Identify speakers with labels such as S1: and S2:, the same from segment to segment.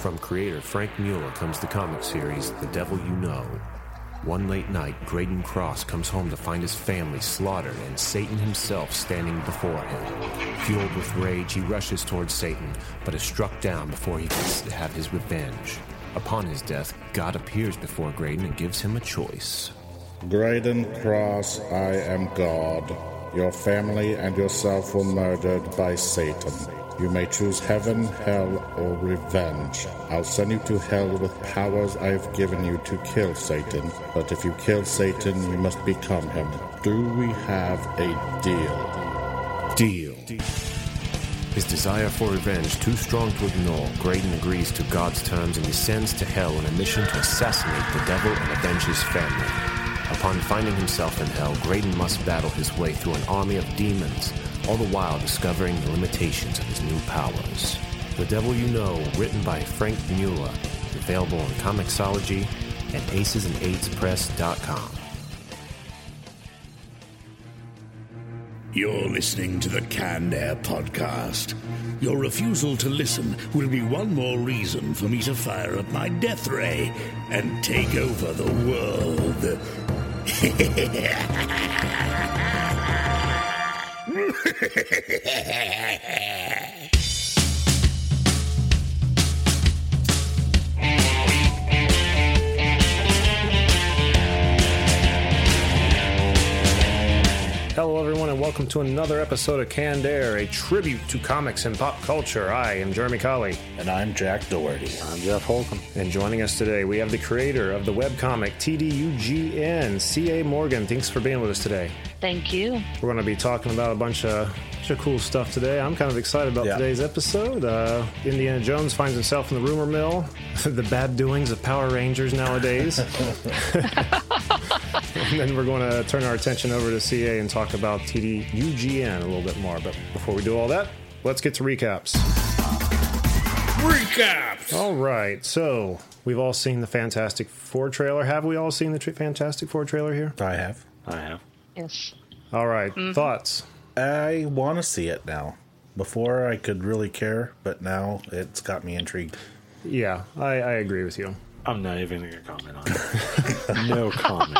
S1: From creator Frank Mueller comes the comic series The Devil You Know. One late night, Graydon Cross comes home to find his family slaughtered and Satan himself standing before him. Fueled with rage, he rushes towards Satan, but is struck down before he can have his revenge. Upon his death, God appears before Graydon and gives him a choice.
S2: Graydon Cross, I am God. Your family and yourself were murdered by Satan. You may choose heaven, hell, or revenge. I'll send you to hell with powers I have given you to kill Satan, but if you kill Satan, you must become him. Do we have a deal?
S1: Deal. His desire for revenge too strong to ignore, Graydon agrees to God's terms and descends to hell on a mission to assassinate the devil and avenge his family. Upon finding himself in hell, Graydon must battle his way through an army of demons, all the while discovering the limitations of his new powers. The Devil You Know, written by Frank Mueller, available on Comixology and acesandaidspress.com.
S3: You're listening to the Canned Air Podcast. Your refusal to listen will be one more reason for me to fire up my death ray and take over the world.
S1: Hello, everyone, and welcome to another episode of Canned Air, a tribute to comics and pop culture. I am Jeremy Colley.
S2: And I'm Jack Doherty.
S4: I'm Jeff Holcomb.
S1: And joining us today, we have the creator of the webcomic TDUGN, C.A. Morgan. Thanks for being with us today.
S5: Thank you.
S1: We're going to be talking about a bunch of, bunch of cool stuff today. I'm kind of excited about
S4: Yeah.
S1: today's episode. Uh, Indiana Jones finds himself in the rumor mill, the bad doings of Power Rangers nowadays. and then we're going to turn our attention over to CA and talk about TDUGN a little bit more. But before we do all that, let's get to recaps.
S3: Recaps!
S1: All right, so we've all seen the Fantastic Four trailer. Have we all seen the tr- Fantastic Four trailer here?
S2: I have.
S4: I have.
S5: Yes.
S1: All right, thoughts?
S2: I want to see it now. Before I could really care, but now it's got me intrigued.
S1: Yeah, I, I agree with you.
S4: I'm not even going to comment on it. no comment.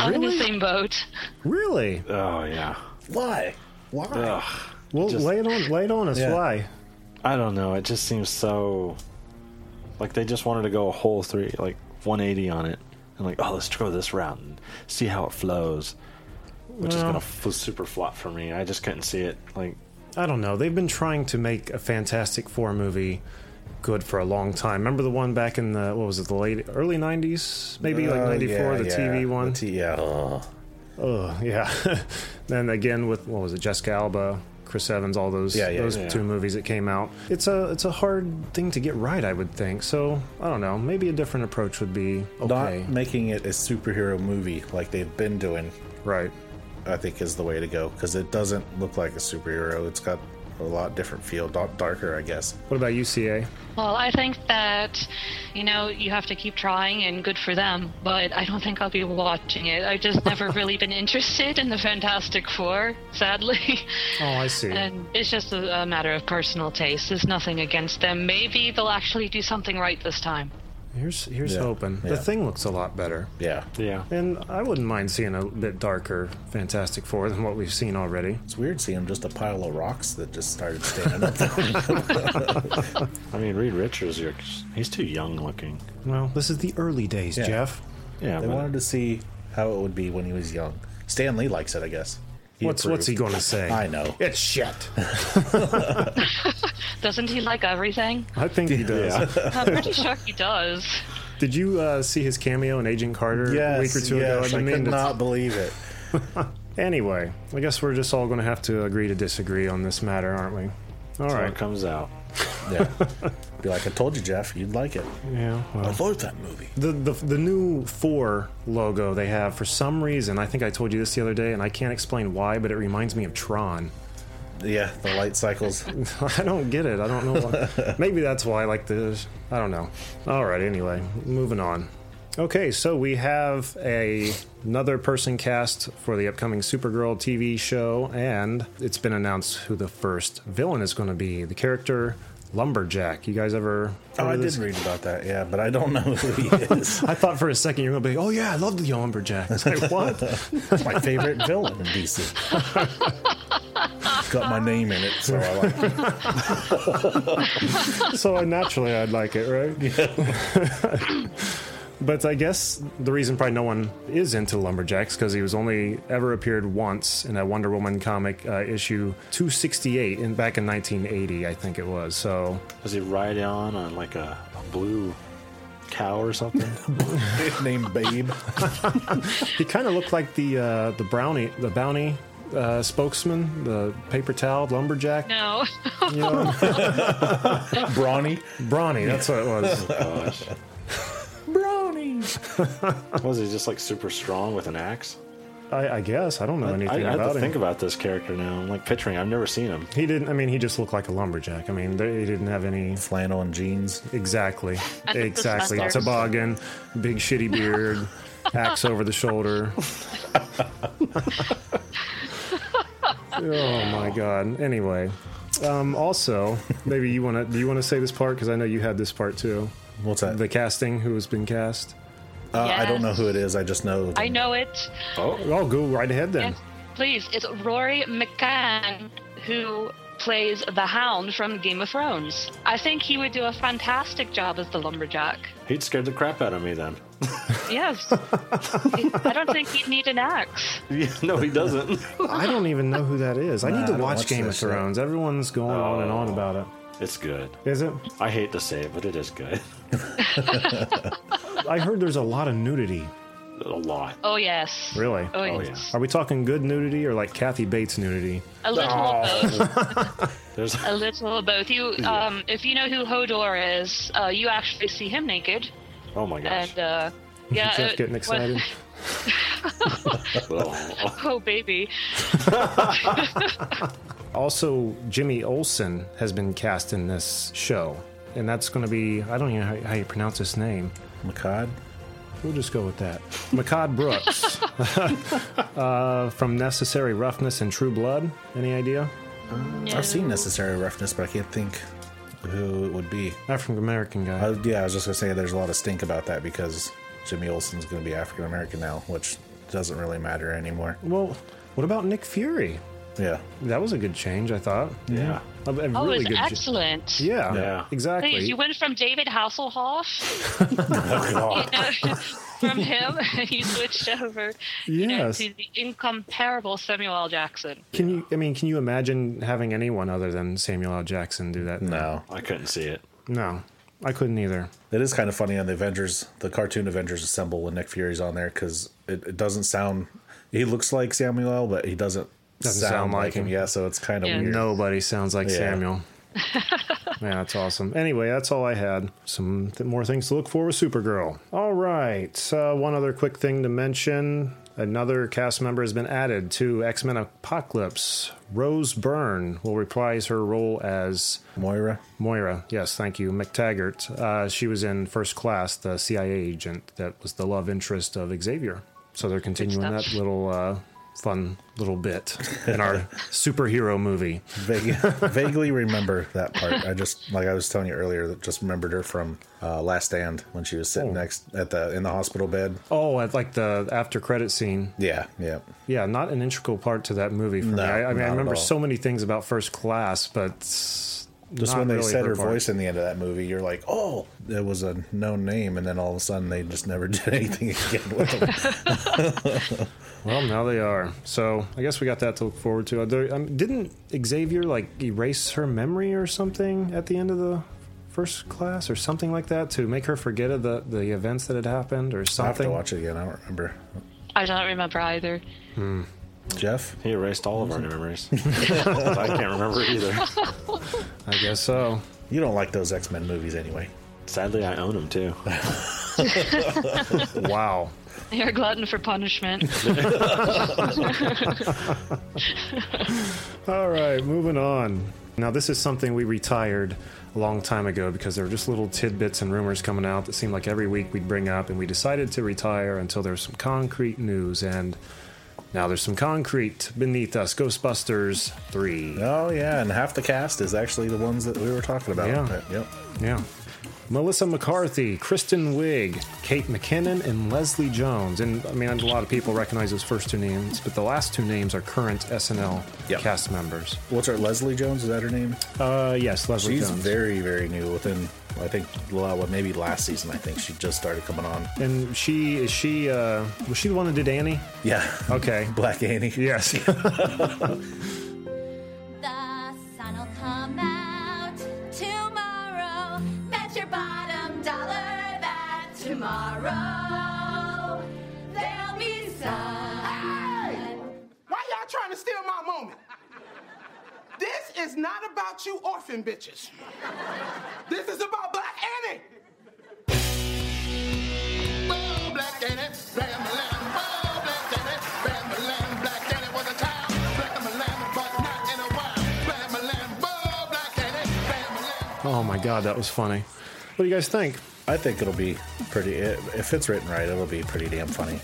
S5: I'm in the same boat.
S1: Really?
S4: Oh, yeah.
S2: Why? Why?
S4: Ugh.
S1: Well,
S4: Just-
S1: lay it on, lay it on us.
S2: Yeah.
S1: Why?
S4: I don't know. It just seems so. Like, they just wanted to go a whole three, like 180 on it. And, like, oh, let's go this route and see how it flows. Which is
S1: Well.
S4: going to f- super flop for me. I just couldn't see it. Like,
S1: I don't know. They've been trying to make a Fantastic Four movie good for a long time. Remember the one back in the what was it, the late early '90s, maybe like
S2: Oh,
S1: '94,
S2: yeah,
S1: the
S2: yeah.
S1: TV one.
S2: The T- yeah.
S1: Ugh, yeah. then again with what was it, Jessica Alba, Chris Evans, all those
S2: Yeah, yeah,
S1: those
S2: yeah.
S1: two movies that came out. It's a it's a hard thing to get right, I would think. So I don't know. Maybe a different approach would be
S2: Not
S1: okay.
S2: making it a superhero movie like they've been doing,
S1: right.
S2: I think, is the way to go because it doesn't look like a superhero. It's got a lot different feel, lot darker, I guess.
S1: What about UCA?
S5: Well, I think that, you know, you have to keep trying and good for them, but I don't think I'll be watching it. I've just never really been interested in the Fantastic Four, sadly.
S1: Oh, I see.
S5: And it's just a, a matter of personal taste. There's nothing against them. Maybe they'll actually do something right this time.
S1: here's here's
S2: Yeah,
S1: hoping. The
S2: yeah.
S1: thing looks a lot better.
S2: Yeah.
S4: yeah.
S1: And I wouldn't mind seeing a bit darker Fantastic Four than what we've seen already.
S2: It's weird seeing just a pile of rocks that just started standing up.
S4: I mean, Reed Richards, you're- he's too young looking.
S1: Well, this is the early days,
S2: Yeah.
S1: Jeff.
S4: Yeah,
S2: they
S4: but-
S2: wanted to see how it would be when he was young. Stan Lee likes it, I guess. He
S1: What's what's he
S2: approved.
S1: going to say?
S2: I know.
S1: It's shit.
S5: Doesn't he like everything?
S1: I think he does.
S5: I'm pretty sure he does.
S1: Did you uh, see his cameo in Agent Carter a week or two ago?
S2: yes, I,
S1: didn't mean
S2: could
S1: to-
S2: not believe it.
S1: Anyway, I guess we're just all going to have to agree to disagree on this matter, aren't we? All
S4: Till
S1: right.
S4: it comes out.
S2: Yeah. Be like, I told you, Jeff, you'd like it.
S1: Yeah. Well,
S2: love that movie.
S1: the, the the new four logo they have for some reason. I think I told you this the other day, and I can't explain why, but it reminds me of Tron.
S2: Yeah, the light cycles. Oh,
S1: I don't get it. I don't know. Why. Maybe that's why. Like the, I don't know. All right. Anyway, moving on. Okay, so we have a another person cast for the upcoming Supergirl TV show, and it's been announced who the first villain is going to be. The character lumberjack. You guys ever?
S6: Oh,
S1: heard
S6: I
S1: of
S6: did
S1: this?
S6: read about that, yeah, but I don't know who he is.
S1: I thought for a second you were gonna be, like, oh yeah, I love the lumberjack. It's like what?
S6: That's my favorite villain in DC. It's got my name in it, so I like it.
S1: so naturally I'd like it, right? but I guess the reason probably no one is into lumberjacks because he was only ever appeared once in a Wonder Woman comic uh, issue 268 in back in 1980, I think it was. So
S4: Does he ride on on like a, a blue cow or something?
S6: Named Babe.
S1: he kind of looked like the uh, the brownie, the bounty. Uh, spokesman, the paper towel lumberjack,
S5: No.
S1: you know,
S6: Brawny.
S1: brawny. That's what it was.
S4: Gosh.
S6: Brawny.
S4: Was he just like super strong with an axe?
S1: I, I guess I don't know
S4: I, I
S1: anything
S4: had
S1: about
S4: to
S1: him.
S4: think about this character now. I'm like picturing. I've never seen him.
S1: he didn't. I mean, he just looked like a lumberjack. I mean, they, he didn't have any
S6: Flannel and jeans.
S1: Exactly.
S5: And the
S1: Exactly.
S5: suspenders.
S1: Toboggan, big shitty beard, axe over the shoulder. oh my god. Anyway, um, also, maybe you want to do you want to say this part because I know you had this part too.
S6: What's that?
S1: The casting who has been cast.
S6: Uh, I don't know
S5: Yes.
S6: who it is. I just know.
S5: I know it.
S1: Oh, go right ahead then.
S5: Yes, please. It's Rory McCann who plays the Hound from Game of Thrones. I think he would do a fantastic job as the lumberjack.
S4: He'd scared the crap out of me then.
S5: Yes. I don't think he'd need an axe.
S4: Yeah, no, he doesn't.
S1: I don't even know who that is. I
S6: Nah,
S1: need
S6: I
S1: to
S6: don't
S1: watch
S6: watch
S1: Game of
S6: this shit. Oh.
S1: Thrones. Everyone's going on and on about it.
S4: it's good.
S1: Is it?
S4: I hate to say it, but it is good.
S1: I heard there's a lot of nudity.
S4: A lot.
S5: Oh yes.
S1: Really?
S5: Oh,
S4: Oh,
S5: yes.
S1: Are we talking good nudity or like Kathy Bates nudity?
S5: A little of both.
S4: There's
S5: A little of both. You, um, if you know who Hodor is, uh, you actually see him naked,
S4: oh my gosh.
S5: and uh, yeah.
S1: Jeff
S5: uh,
S1: getting
S5: what-
S1: excited.
S4: Oh,
S5: Oh baby.
S1: Also, Jimmy Olsen has been cast in this show, and that's going to be I don't even know how, how you pronounce his name.
S6: Makad.
S1: We'll just go with that. Makad Brooks uh, from Necessary Roughness and True Blood. Any idea?
S6: I've seen Necessary Roughness, but I can't think who it would be.
S1: African American guy.
S6: Uh, yeah, I was just gonna say there's a lot of stink about that because Jimmy Olsen's gonna be African American now, which doesn't really matter anymore.
S1: well, what about Nick Fury?
S6: Yeah,
S1: That was a good change, I thought.
S4: yeah.
S1: A, a
S5: Oh,
S1: really
S5: it's
S1: good. ch-
S5: excellent.
S1: yeah,
S4: Yeah.
S1: exactly.
S5: Please, you went from David Hasselhoff you know, from him, and you switched over you know,
S1: Yes.
S5: to the incomparable Samuel L. Jackson.
S1: Can you? I mean, can you imagine having anyone other than Samuel L. Jackson do that?
S6: no,
S4: I couldn't see it.
S1: no, I couldn't either.
S6: it is kind of funny on the Avengers, the cartoon Avengers Assemble when Nick Fury's on there because it, it doesn't sound. He looks like Samuel, L., but he doesn't,
S1: Doesn't
S6: sound,
S1: sound
S6: like
S1: like
S6: him.
S1: him.
S6: Yeah, so it's kind of
S5: Yeah.
S6: weird.
S1: Nobody sounds like
S6: Yeah.
S1: Samuel. Man, that's awesome. Anyway, that's all I had. Some th- more things to look for with Supergirl. All right. Uh, one other quick thing to mention. Another cast member has been added to X Men Apocalypse. Rose Byrne will reprise her role as
S6: Moira.
S1: Moira. Yes, thank you. McTaggart. Uh, she was in First Class, the CIA agent that was the love interest of Xavier. So they're continuing
S5: stuff.
S1: that little uh, fun little bit in our superhero movie.
S6: Vague, vaguely remember that part. I just like I was telling you earlier that just remembered her from uh, Last Stand when she was sitting next at the in the hospital bed.
S1: Oh, at like the after credit scene.
S6: Yeah, yeah.
S1: Yeah, not an integral part to that movie for me.
S6: No,
S1: I, I mean,
S6: not
S1: I
S6: at
S1: remember
S6: all.
S1: so many things about First Class, but just
S6: Just when they said her, voice in the end of that movie, you're like, oh, it was a known name, and then all of a sudden they just never did anything again with them.
S1: Well, now they are. So I guess we got that to look forward to. Uh, there- um, didn't Xavier like erase her memory or something at the end of the First Class or something like that to make her forget of the the events that had happened or
S6: I
S1: something?
S6: have to watch it again. I don't remember.
S5: I don't remember either.
S6: Jeff,
S4: He erased all of our memories. I can't remember either.
S1: I guess so.
S6: you don't like those X Men movies anyway.
S4: Sadly, I own him too.
S1: Wow.
S5: You're a glutton for punishment.
S1: All right, moving on. Now, this is something we retired a long time ago because there were just little tidbits and rumors coming out that seemed like every week we'd bring up, and we decided to retire until there was some concrete news. And Now there's some concrete beneath us. Ghostbusters 3.
S6: Oh yeah, and half the cast is actually the ones that we were talking about.
S1: Yeah.
S6: But, yep.
S1: Yeah. Melissa McCarthy, Kristen Wiig, Kate McKinnon, and Leslie Jones. And I mean, a lot of people recognize those first two names, but the last two names are current SNL
S6: Yep.
S1: cast members.
S6: What's her Leslie Jones? Is that her name?
S1: Uh, yes, Leslie
S6: She's
S1: Jones.
S6: very very new. Within I think la- what, maybe last season. I think she just started coming on.
S1: and she is she uh, was she the one who did Annie?
S6: Yeah.
S1: Okay.
S6: Black Annie.
S1: Yes.
S7: The sun'll come out tomorrow. Bet your bottom dollar that tomorrow there'll be sun.
S8: Why y'all trying to steal my moment? This is not about you orphan bitches. This is about Black Annie. Oh, Black Annie, Black Milan. Oh, Black Annie, Black Milan. Black Annie was a child. Black Milan, but not in a while. Black Milan, oh, Black Annie, Black Milan.
S1: oh my God, that was funny. What do you guys think?
S6: I think it'll be pretty. It, if it's written right, it'll be pretty damn funny.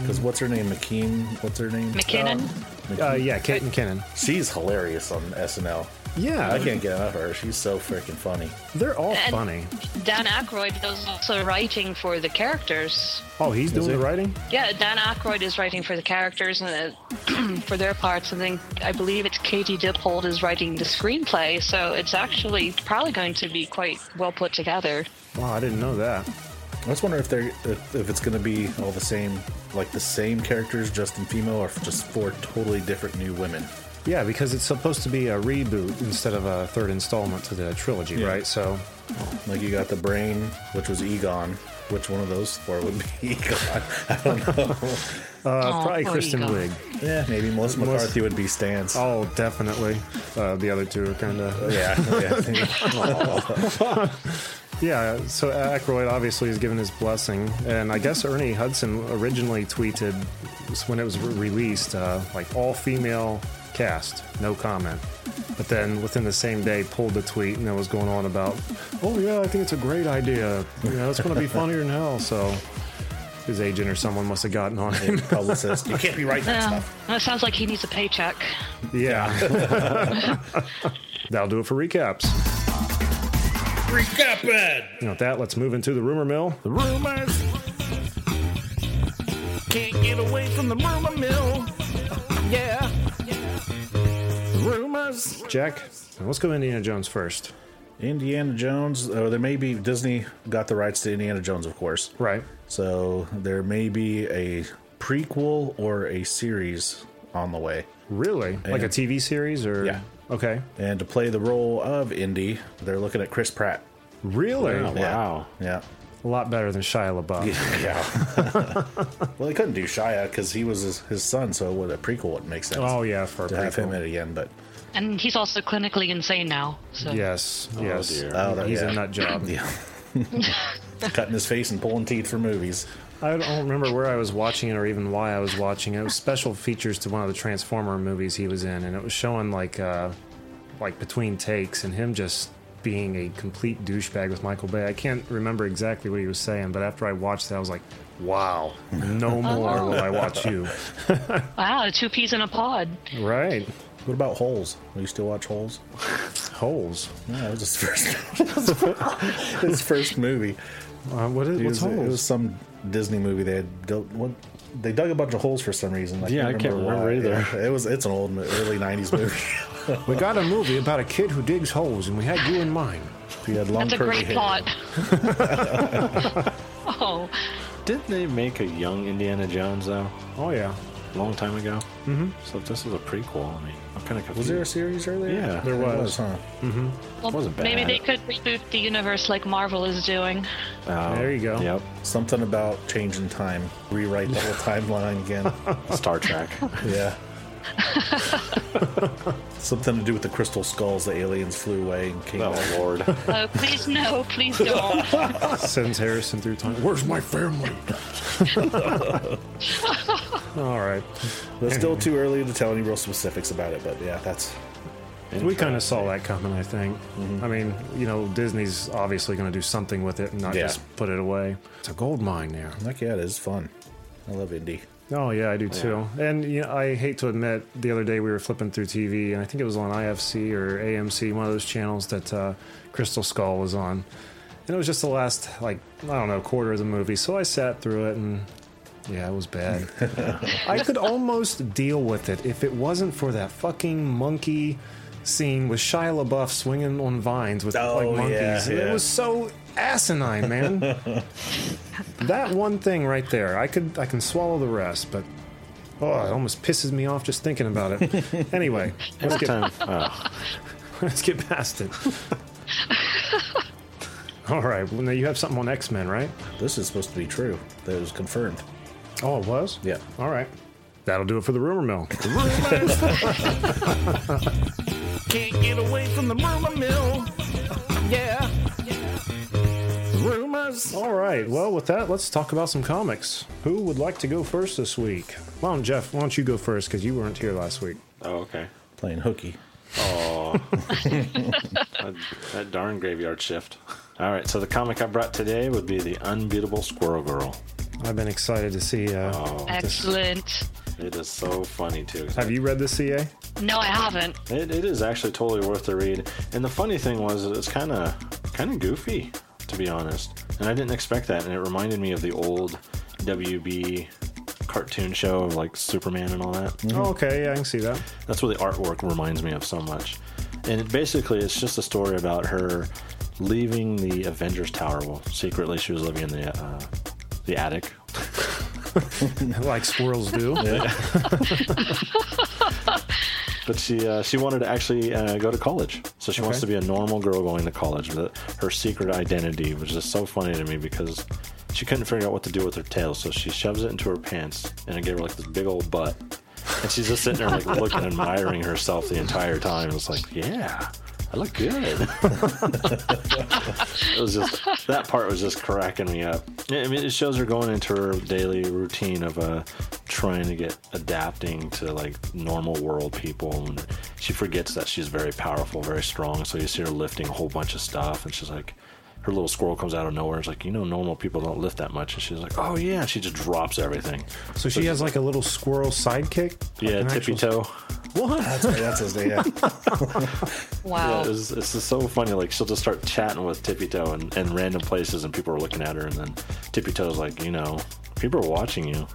S6: Because what's her name? McKean. What's her name? Oh,
S5: McKinnon.
S1: Uh, yeah, Kate McKinnon.
S6: She's hilarious on SNL.
S1: Yeah,
S6: I can't get enough of her. She's so freaking funny.
S1: They're all
S5: And-
S1: funny.
S5: Dan Aykroyd does also writing for the characters.
S1: Oh, he's doing the writing.
S5: Yeah, Dan Aykroyd is writing for the characters and uh, for their parts, and then I believe it's Katie Dippold is writing the screenplay. So it's actually probably going to be quite well put together.
S1: Wow, I didn't know that.
S6: I just wonder if they're if, if it's gonna be all the same, like the same characters, just in female, or if just four totally different new women.
S1: Yeah, because it's supposed to be a reboot instead of a third installment to the trilogy,
S6: Yeah.
S1: right? So
S6: Like you got the brain, which was Egon. Which one of those four would be Egon? I don't know.
S1: uh,
S5: Oh,
S1: probably
S5: poor
S1: Kristen
S5: Egon.
S1: Wiig.
S6: yeah, maybe Melissa McCarthy would be Stan's.
S1: Oh, definitely. Uh, the other two are kind of
S6: Yeah, yeah. Aw.
S1: yeah. So Aykroyd obviously has given his blessing, and I guess Ernie Hudson originally tweeted when it was re- released, uh, like all female cast, no comment. But then within the same day, pulled the tweet and it was going on about, oh yeah, I think it's a great idea. You know, it's going to be funnier than hell. So his agent or someone must have gotten on him.
S6: Publicist, you can't be writing that
S5: Yeah,
S6: stuff.
S5: Um, that sounds like he needs a paycheck.
S1: Yeah. That'll do it for recaps.
S3: Recap it!
S1: You know, with that, let's move into the rumor mill.
S3: The rumors. Can't get away from the rumor mill. Yeah. Rumors.
S1: Jack, now let's go Indiana Jones first.
S6: Indiana Jones. Oh, there may be Disney got the rights to Indiana Jones, of course.
S1: Right.
S6: So there may be a prequel or a series on the way.
S1: Really? Like a TV series or?
S6: Yeah.
S1: Okay.
S6: And to play the role of Indy, they're looking at Chris Pratt.
S1: Really?
S4: Oh, wow.
S6: Yeah.
S1: A lot better than Shia LaBeouf.
S6: Yeah. well, they couldn't do Shia because he was his, his son, so with a prequel wouldn't make sense.
S1: Oh yeah, for a
S6: To have
S1: prequel.
S6: him in again, but
S5: And he's also clinically insane now. So
S1: Yes. yes.
S4: dear.
S6: Oh, that-
S1: He's
S6: yeah.
S1: a nut job.
S6: yeah. Cutting his face and pulling teeth for movies.
S1: I don't remember where I was watching it or even why I was watching it. It was special features to one of the Transformer movies he was in, and it was showing like, uh, like between takes, and him just being a complete douchebag with Michael Bay. I can't remember exactly what he was saying, but after I watched that, I was like, "Wow, no more will I watch you."
S5: wow, two peas in a pod.
S1: Right?
S6: What about Holes? Will you still watch Holes?
S1: Holes.
S6: No, that was his first. his first movie.
S1: Uh, what is
S6: It
S1: what's
S6: was, it
S1: holes?
S6: was some Disney movie. They had dug- what, they dug a bunch of holes for some reason.
S4: Yeah, I can't remember
S6: why.
S4: either.
S6: Yeah, it was it's an old mo- early '90s movie.
S1: we got a movie about a kid who digs holes, and we had you in mind.
S6: he had long
S5: That's a
S6: curly
S5: great
S6: hair.
S5: plot. oh,
S4: Didn't they make a young Indiana Jones, though?
S1: Oh yeah,
S4: A long time ago? Mm-hmm. So if this is a prequel, I mean, I'm kind of confused.
S6: Was there a series earlier?
S4: Yeah.
S6: there
S4: There
S1: was.
S6: was. huh?
S5: well,
S4: Wasn't
S5: maybe
S4: bad.
S5: they could reboot the universe like Marvel is doing.
S4: Oh,
S1: There you go.
S4: Yep.
S6: Something about changing time, rewrite the whole timeline again.
S4: Star Trek.
S6: Yeah. Something to do with the crystal skulls. The aliens flew away and came. back.
S4: oh, Lord.
S5: Oh, please no, please don't.
S1: sends Harrison through time.
S4: Where's my family?
S1: All right,
S6: But it's still too early to tell any real specifics about it. But yeah, that's
S1: We kind of saw that coming, I think. I mean, you know, Disney's obviously going to do something with it and not
S6: Yeah.
S1: just put it away. It's a gold mine there.
S6: like yeah, it is fun. I love indie.
S1: Oh yeah, I do too. And you know, I hate to admit, the other day we were flipping through TV, and I think it was on IFC or AMC, one of those channels that uh, Crystal Skull was on, and it was just the last like I don't know quarter of the movie. So I sat through it, and yeah, it was bad. I could almost deal with it if it wasn't for that fucking monkey scene with Shia LaBeouf swinging on vines with
S6: Oh,
S1: like monkeys.
S6: yeah,
S1: It
S6: yeah.
S1: was so asinine, man. that one thing right there, I could I can swallow the rest, but oh, it almost pisses me off just thinking about it. anyway, let's
S4: Next
S1: get
S4: time. Oh,
S1: let's get past it. All right, well, now you have something on X Men, right?
S6: This is supposed to be true. That was confirmed.
S1: Oh, it was.
S6: Yeah.
S1: All right, that'll do it for the rumor mill.
S8: Can't get away from the rumor mill. Yeah. Rumors.
S1: All right. Well, with that, let's talk about some comics. Who would like to go first this week? Mom, Jeff, why don't you go first because you weren't here last week.
S4: oh okay.
S6: Playing hooky.
S4: Oh, that, that darn graveyard shift. All right, so the comic I brought today would be the unbeatable Squirrel Girl.
S1: I've been excited to see. Uh,
S5: Excellent.
S4: It is so funny too.
S1: Have you read the CA?
S5: No, I haven't.
S4: It, it is actually totally worth the read. And the funny thing was, it's kind of kind of goofy, to be honest. And I didn't expect that. And it reminded me of the old WB cartoon show of like Superman and all that.
S1: Oh, okay. Yeah, I can see that.
S4: That's what the artwork reminds me of so much. And it basically, it's just a story about her leaving the Avengers Tower. Well, secretly, she was living in the uh, the attic.
S1: Like squirrels do.
S4: But she uh, she wanted to actually uh, go to college, so she wants
S1: Okay.
S4: to be a normal girl going to college. But her secret identity, which is so funny to me because she couldn't figure out what to do with her tail, so she shoves it into her pants, and it gave her like this big old butt. And she's just sitting there like looking, admiring herself the entire time. It's like, yeah, I look good. it was just that part was just cracking me up. I mean, it shows her going into her daily routine of uh, trying to get adapting to like normal world people, and she forgets that she's very powerful, very strong. So you see her lifting a whole bunch of stuff, and she's like. Her little squirrel comes out of nowhere. It's like, you know, normal people don't lift that much. And she's like, oh, yeah. and She just drops everything.
S1: So she has like a little squirrel sidekick. Like
S4: Yeah,
S1: an
S4: tippy
S1: actual-
S4: toe.
S6: That's right. That's his name. Yeah.
S5: Wow.
S4: Yeah, it's, it's just so funny. Like she'll just start chatting with Tippy Toe in, in random places, and people are looking at her, and then Tippy Toe's like, you know, people are watching you.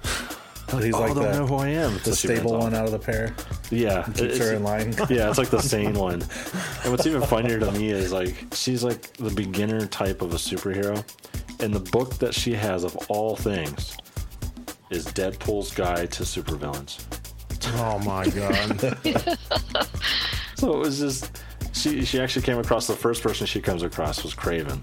S6: He's
S4: oh, I
S6: like
S4: don't know
S6: the,
S4: who I am. So
S6: the
S4: she runs
S6: stable
S4: off.
S6: one out of the pair.
S4: Yeah,
S6: Keeps
S4: it's-
S6: her in line.
S4: yeah, it's like the sane one. And what's even funnier to me is like she's like the beginner type of a superhero, and the book that she has of all things is Deadpool's Guide to Supervillains.
S1: Oh my god.
S4: So it was just she she actually came across the first person she comes across was Craven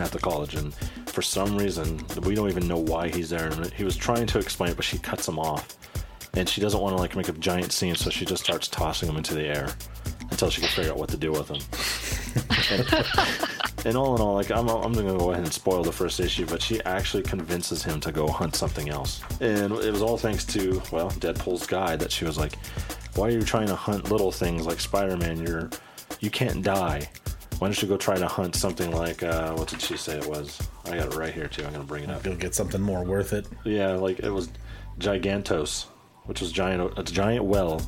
S4: at the college and for some reason we don't even know why he's there and he was trying to explain it but she cuts him off and she doesn't want to like make a giant scene so she just starts tossing him into the air until she can figure out what to do with him and, and all in all like I'm, I'm gonna go ahead and spoil the first issue but she actually convinces him to go hunt something else and it was all thanks to well deadpool's guide that she was like why are you trying to hunt little things like spider-man you're you can't die why don't you go try to hunt something like uh, what did she say it was i got it right here too i'm gonna bring it up
S6: Go get something more worth it.
S4: yeah, like it was Gigantos, which was giant a giant well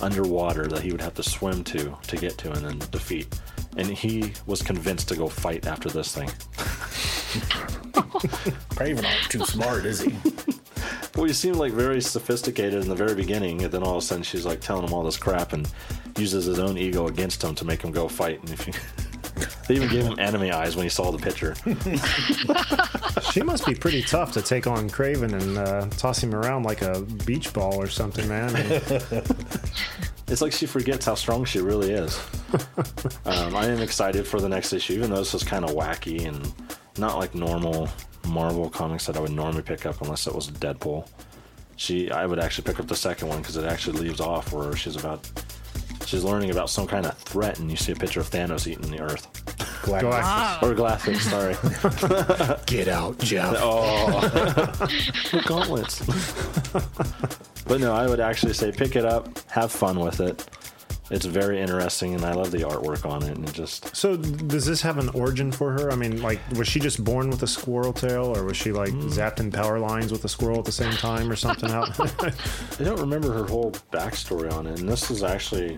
S4: underwater that he would have to swim to to get to and then defeat. And he was convinced to go fight after this thing.
S6: Craven aren't too smart, is he?
S4: Well, you seem like very sophisticated in the very beginning, and then all of a sudden she's like telling him all this crap and uses his own ego against him to make him go fight. And if you, they even gave him anime eyes when he saw the picture.
S1: she must be pretty tough to take on Craven and uh, toss him around like a beach ball or something, man. I mean,
S4: It's like she forgets how strong she really is. um, I am excited for the next issue, even though this is kind of wacky and not like normal Marvel comics that I would normally pick up unless it was Deadpool. She, I would actually pick up the second one because it actually leaves off where she's about, she's learning about some kind of threat, and you see a picture of Thanos eating the Earth
S6: Black.
S1: go after-
S4: or Galactus. Sorry, Oh.
S8: Get out, Jeff.
S4: the gauntlets. but no, I would actually say pick it up, have fun with it. it's very interesting, and I love the artwork on it. And it just
S1: So does this have an origin for her? I mean, like, was she just born with a squirrel tail, or was she like zapped in power lines with a squirrel at the same time, or something? Out.
S4: I don't remember her whole backstory on it. And this is actually,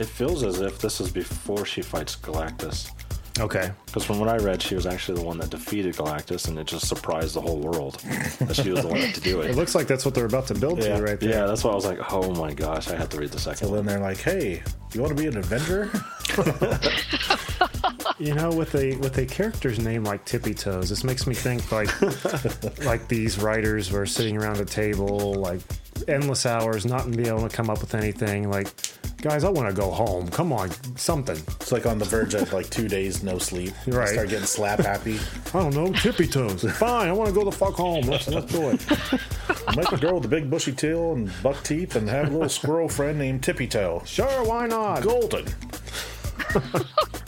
S4: it feels as if this is before she fights Galactus.
S1: okay.
S4: Because from what I read, she was actually the one that defeated Galactus, and it just surprised the whole world that she was the one to do
S1: It
S4: it.
S1: looks like that's what they're about to build
S4: yeah,
S1: to right there.
S4: yeah, that's why I was like, oh my gosh, I had to read the second
S6: Well,
S4: one.
S6: then they're like, "Hey, you want to be an Avenger?"
S1: You know, with a with a character's name like Tippy Toes, this makes me think like like these writers were sitting around a table like endless hours, not being able to come up with anything. Like, guys, I want to go home. Come on, something.
S6: It's like on the verge of like two days no sleep. You
S1: Right.
S6: Start getting slap happy.
S1: I don't know, Tippy Toes. Fine, I want to go the fuck home. Let's let's do it.
S6: Make a girl with a big bushy tail and buck teeth and have a little squirrel friend named Tippy Toe.
S1: Sure, why not?
S6: Golden.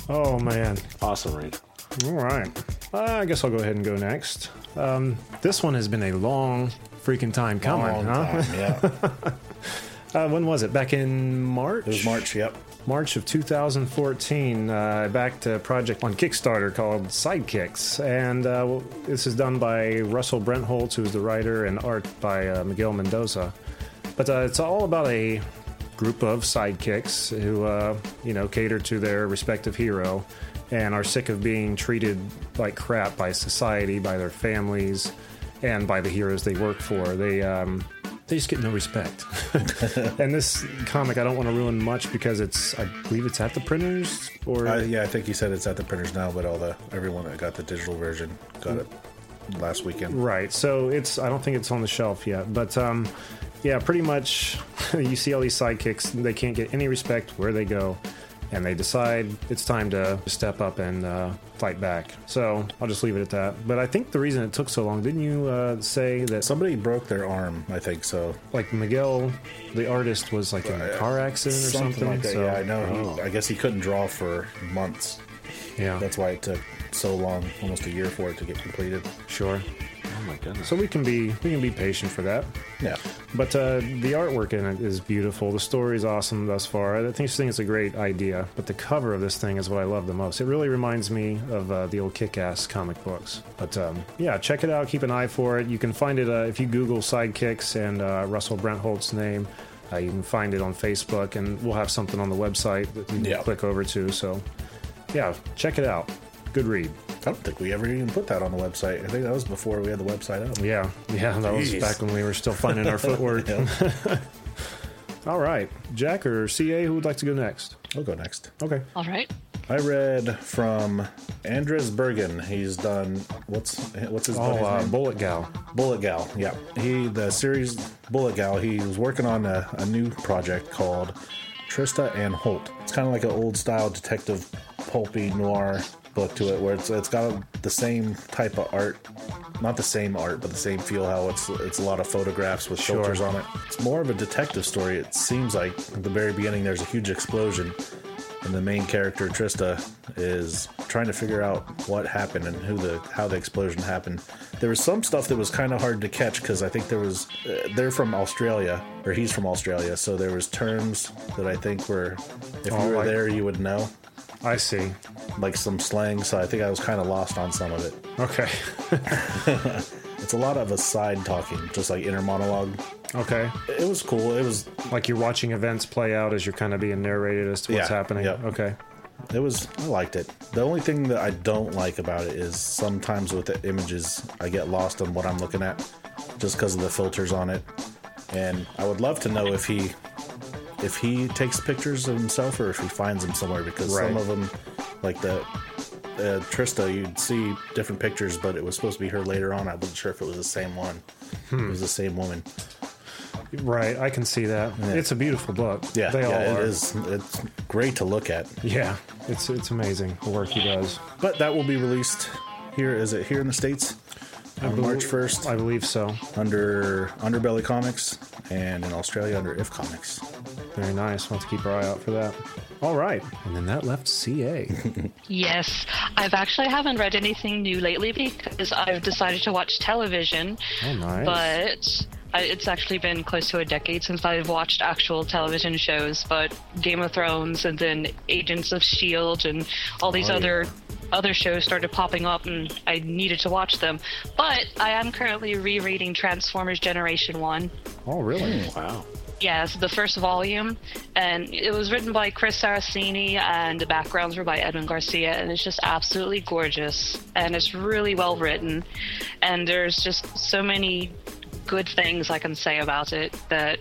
S1: Oh man.
S4: Awesome read.
S1: All right. I guess I'll go ahead and go next. Um, this one has been a long freaking time coming,
S6: Long
S1: huh?
S6: time, yeah.
S1: Uh, when was it? Back in March.
S6: It was March, yep.
S1: March of 2014, uh, back to a project on Kickstarter called Sidekicks. And uh, well, this is done by Russell Brentholtz, who's the writer, and art by uh, Miguel Mendoza. But uh, it's all about a group of sidekicks who, uh, you know, cater to their respective hero and are sick of being treated like crap by society, by their families, and by the heroes they work for. They, um, they just get no respect. and this comic, I don't want to ruin much because it's, I believe it's at the printers or
S6: Uh, yeah, I think you said it's at the printers now, but all the everyone that got the digital version got it last weekend.
S1: Right. So it's I don't think it's on the shelf yet, but um, yeah, pretty much you see all these sidekicks. They can't get any respect where they go, and they decide it's time to step up and uh, fight back. So I'll just leave it at that. But I think the reason it took so long, didn't you uh, say that
S6: Somebody broke their arm, I think so.
S1: like Miguel, the artist, was like in a car accident or something?
S6: like that.
S1: So, Oh.
S6: yeah, I know. He, I guess he couldn't draw for months.
S1: Yeah.
S6: That's why it took so long, almost a year for it to get completed.
S1: sure.
S4: Oh my goodness.
S1: So we can be we can be patient for that.
S6: Yeah.
S1: But uh, the artwork in it is beautiful. The story is awesome thus far. I think this thing is a great idea, but the cover of this thing is what I love the most. It really reminds me of uh, the old Kick-Ass comic books. But um, yeah, check it out. Keep an eye for it. You can find it uh, if you Google Sidekicks and uh, Russell Brentholt's name. Uh, you can find it on Facebook, and we'll have something on the website that you can
S6: Yeah.
S1: click over to. So yeah, check it out. Good read.
S6: I don't think we ever even put that on the website. I think that was before we had the website up.
S1: Yeah, yeah, that was
S6: Jeez.
S1: back when we were still finding our footwork. All right, Jack or CA, who would like to go next?
S6: I'll go next.
S1: Okay.
S5: All right.
S6: I read from Andres Bergen. He's done what's what's his
S1: Oh,
S6: buddy's
S1: uh,
S6: name?
S1: Bullet Gal.
S6: Bullet Gal. Yeah, he the series Bullet Gal. He was working on a, a new project called Trista and Holt. It's kind of like an old style detective pulpy noir book to it, where it's it's got the same type of art, not the same art, but the same feel. How it's it's a lot of photographs with filters on it. It's more of a detective story. It seems like at the very beginning there's a huge explosion. And the main character Trista is trying to figure out what happened and who the how the explosion happened. There was some stuff that was kind of hard to catch because I think there was uh, they're from Australia or he's from Australia, so there was terms that I think were if
S1: Oh,
S6: you were
S1: like-
S6: there you would know,
S1: I see.
S6: like some slang. So I think I was kind of lost on some of it.
S1: Okay.
S6: It's a lot of aside talking, just like inner monologue.
S1: Okay.
S6: It was cool. It was
S1: Like you're watching events play out as you're kind of being narrated as to what's
S6: Yeah,
S1: happening.
S6: yep.
S1: Okay.
S6: It was. I liked it. The only thing that I don't like about it is sometimes with the images, I get lost on what I'm looking at, just because of the filters on it. And I would love to know if he, if he takes pictures of himself or if he finds them somewhere, because some
S1: Right.
S6: of them, like the uh, Trista, you'd see different pictures, but it was supposed to be her later on. I wasn't sure if it was the same one. It
S1: Hmm.
S6: was the same woman.
S1: Right. I can see that. It's a beautiful book.
S6: Yeah,
S1: They
S6: yeah,
S1: all
S6: it
S1: are.
S6: is. It's great to look at.
S1: Yeah. It's it's amazing the work he does.
S6: But that will be released here. Is it here in the states? On March first,
S1: I believe so.
S6: under Underbelly Comics, and in Australia under If Comics.
S1: Very nice. We'll have to keep our eye out for that. All right. And then that left CA.
S5: Yes, I've actually haven't read anything new lately because I've decided to watch television.
S1: Oh, nice.
S5: But I, it's actually been close to a decade since I've watched actual television shows, but Game of Thrones and then Agents of Shield E and all these other other shows started popping up, and I needed to watch them. But I am currently rereading Transformers Generation One.
S1: Oh, really?
S4: Wow.
S5: Yeah, it's the first volume, and it was written by Chris Saracini, and the backgrounds were by Edwin Garcia, and it's just absolutely gorgeous, and it's really well written, and there's just so many good things I can say about it that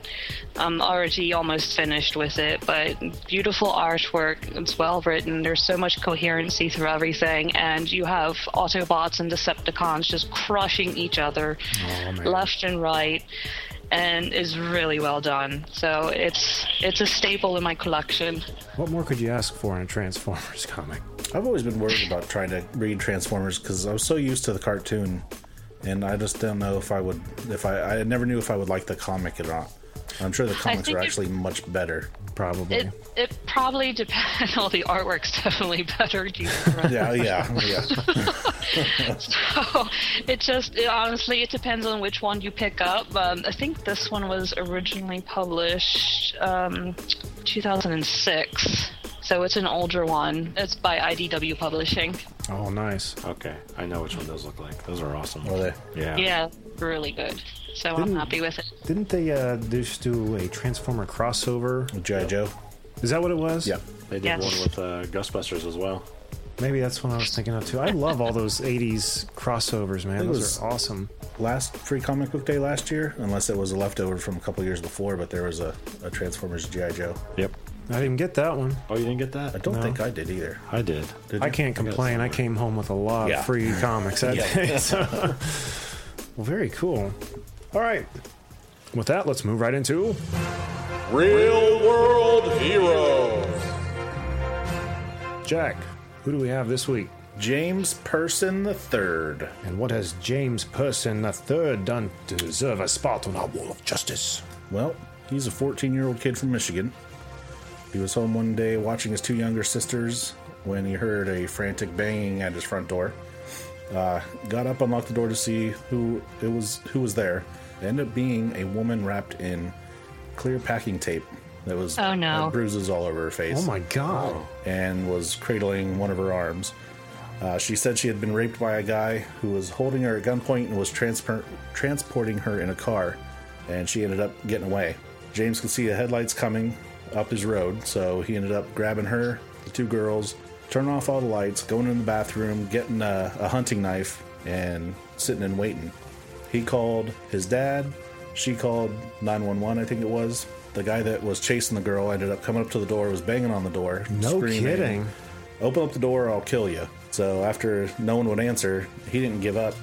S5: I'm already almost finished with it, but beautiful artwork, it's well written, there's so much coherency through everything, and you have Autobots and Decepticons just crushing each other left and right and is really well done. So it's it's a staple in my collection.
S1: What more could you ask for in a Transformers comic?
S6: I've always been worried about trying to read Transformers because I was so used to the cartoon, and I just don't know if I would. If I, I never knew if I would like the comic or not. I'm sure the comics
S5: think
S6: are
S5: it-
S6: actually much better.
S1: Probably.
S5: It it probably depends. All the artwork's definitely better. you know.
S6: Yeah, oh, yeah, yeah.
S5: So it just it, honestly it depends on which one you pick up. Um, I think this one was originally published um, 2006. So it's an older one. It's by IDW Publishing.
S1: oh, nice.
S4: Okay, I know which one those look like. Those are awesome.
S6: Are they?
S4: Yeah.
S5: Yeah, really good. So I'm
S1: Didn't-
S5: happy with it.
S1: Didn't they uh, just do a Transformer crossover?
S6: G.I. Joe.
S1: Is that what it was?
S6: Yeah.
S4: They did
S5: Yes.
S4: one with uh, Ghostbusters as well.
S1: Maybe that's what I was thinking of too. I love all those 80s crossovers, man.
S6: It
S1: Those
S6: was-
S1: are awesome.
S6: Last free comic book day last year, unless it was a leftover from a couple years before, but there was a, a Transformers G.I. Joe.
S4: Yep.
S1: I didn't get that one.
S4: Oh, you didn't get
S6: I
S4: that?
S6: don't think I did either.
S4: I did.
S1: I can't complain. I came home with a lot
S6: Yeah.
S1: of free comics that
S6: Yeah.
S1: day. So. well, very cool. All right. With that, let's move right into
S9: Real world heroes.
S1: Jack. Who do we have this week?
S6: James Person the Third.
S1: And what has James Person III done to deserve a spot on our wall of justice?
S6: Well, he's a 14 year old kid from Michigan. He was home one day watching his two younger sisters when he heard a frantic banging at his front door. Uh, got up, unlocked the door to see who it was who was there. It ended up being a woman wrapped in clear packing tape that was
S5: Oh, no.
S6: had bruises all over her face
S1: Oh my god.
S6: and was cradling one of her arms. Uh, she said she had been raped by a guy who was holding her at gunpoint and was transpor- transporting her in a car, and she ended up getting away. James could see the headlights coming up his road, so he ended up grabbing her, the two girls, turning off all the lights, going in the bathroom, getting a, a hunting knife, and sitting and waiting. He called his dad. She called 911, I think it was. The guy that was chasing the girl ended up coming up to the door, was banging on the door.
S1: No kidding.
S6: Open up the door, or I'll kill you. So after no one would answer, he didn't give up.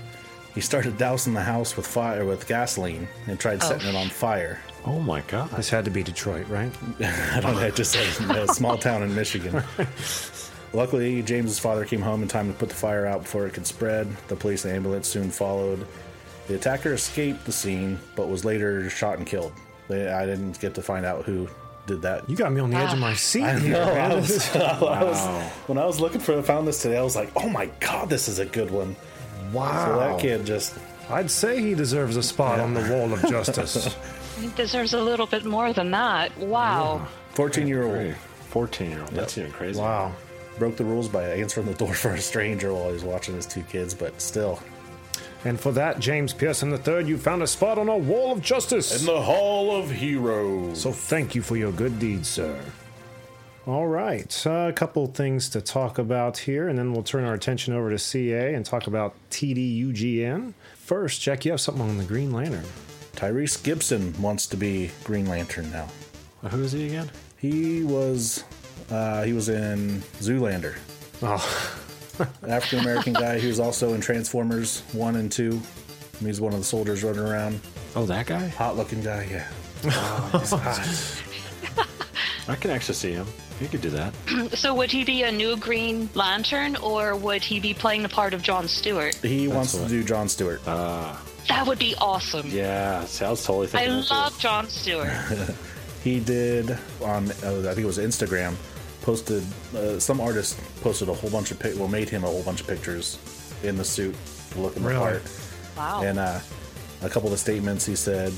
S6: He started dousing the house with fire with gasoline and tried setting it on fire.
S4: Oh my god.
S1: This had to be Detroit, right?
S6: I don't know, just a, a small town in Michigan. Luckily, James's father came home in time to put the fire out before it could spread. The police and ambulance soon followed. The attacker escaped the scene, but was later shot and killed. They, I didn't get to find out who did that.
S1: You got me on the edge of my seat here,
S6: No,
S1: man.
S6: Ah. I was, I was- when I was looking for, found this today, I was like, "Oh my god, this is a good one."
S1: wow.
S6: So that kid just
S1: I'd say he deserves a spot on the wall of justice.
S5: It deserves a little bit more than that. Wow.
S6: fourteen-year-old
S4: 14 year old. That's even crazy.
S1: wow.
S6: broke the rules by answering the door for a stranger while he was watching his two kids, but still.
S1: And for that, James Pearson III, you found a spot on our wall of justice.
S9: In the Hall of Heroes.
S1: So thank you for your good deeds, sir. All right, uh, a couple things to talk about here, and then we'll turn our attention over to CA and talk about TDUGN. First, Jack, you have something on the Green Lantern.
S6: Tyrese Gibson wants to be Green Lantern now.
S4: Who is he again?
S6: He was uh, he was in Zoolander.
S1: Oh,
S6: African American guy. He was also in Transformers one and two. And He's one of the soldiers running around.
S4: Oh, that guy?
S6: Hot looking guy, yeah.
S4: I can actually see him. He could do that.
S5: So would he be a new Green Lantern, or would he be playing the part of John Stewart?
S6: He wants to
S4: what-
S6: do John Stewart.
S5: That would be awesome.
S4: Yeah. See, I was totally
S5: I
S4: thinking. that too.
S5: love John Stewart.
S6: he did on uh, I think it was Instagram posted uh, some artist posted a whole bunch of pic well made him a whole bunch of pictures in the suit looking the
S1: Really?
S6: part uh,
S5: Wow.
S6: and uh, a couple of the statements he said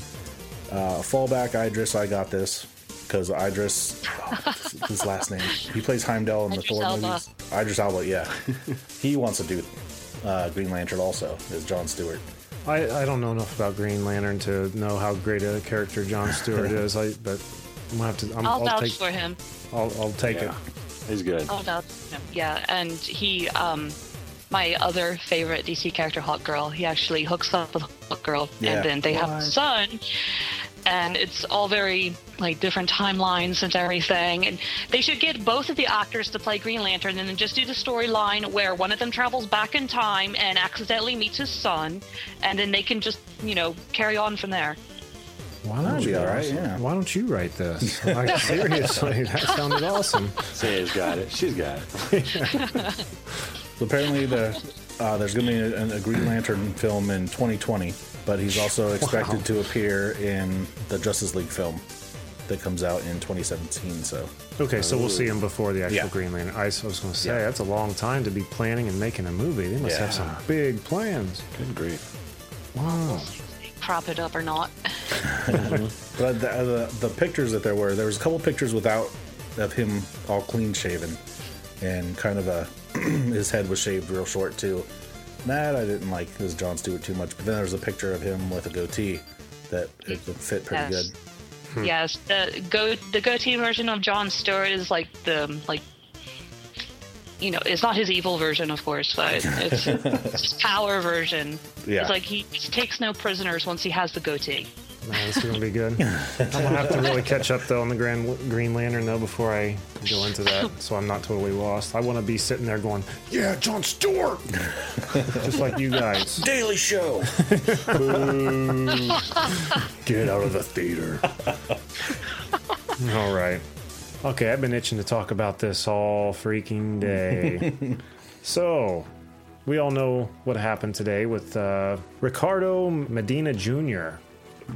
S6: Uh, fallback Idris, I got this because Idris, oh, his last name, he plays Heimdall in the
S5: Idris
S6: Thor
S5: Elba.
S6: movies. Idris Elba, yeah, he wants to do uh, Green Lantern also as John Stewart.
S1: I, I don't know enough about Green Lantern to know how great a character John Stewart is. I but I'm gonna have to. I'm,
S5: I'll, vouch
S1: take,
S5: for him.
S1: I'll, I'll take
S4: Yeah. He's good.
S5: I'll vouch for him. Oh, Yeah, and he, um, my other favorite DC character, Hawk Girl, he actually hooks up with Hawk Girl,
S6: Yeah.
S5: and then they have a son. And it's all very like different timelines and everything. And they should get both of the actors to play Green Lantern, and then just do the storyline where one of them travels back in time and accidentally meets his son, and then they can just you know carry on from there.
S1: it. Why don't
S6: That'd be
S1: you?
S6: all right, yeah.
S1: Why don't you write this? Like, seriously, that sounded awesome.
S4: Saya's got it. She's got it.
S6: So apparently, the, uh, there's going to be a, an- a Green Lantern film in 2020, but he's also expected to appear in the Justice League film that comes out in 2017. So
S1: Okay, so we'll see him before the actual
S6: Yeah.
S1: Green Lantern. I s- I was going to say
S6: Yeah.
S1: that's a long time to be planning and making a movie. They must have some
S6: Yeah.
S1: big plans.
S4: Good grief.
S1: Wow.
S5: Prop it up or not.
S6: But the, uh, the, the pictures that there were, there was a couple pictures without of him all clean shaven, and kind of a his head was shaved real short too. That I didn't like this John Stewart too much. But then there was a picture of him with a goatee that it would fit pretty
S5: Yes.
S6: good.
S5: Yes, the go the goatee version of John Stewart is like the like you know it's not his evil version, of course, but it's, it's his power version.
S6: Yeah.
S5: It's like he takes no prisoners once he has the goatee.
S1: Man, this is gonna be good. I'm gonna have to really catch up though on the Grand Green Lantern though before I go into that, so I'm not totally lost. I want to be sitting there going, "Yeah, John Stewart," just like you guys.
S6: Daily Show.
S1: Get out of the theater. all right. Okay, I've been itching to talk about this all freaking day. so, we all know what happened today with uh, Ricardo Medina Jr.,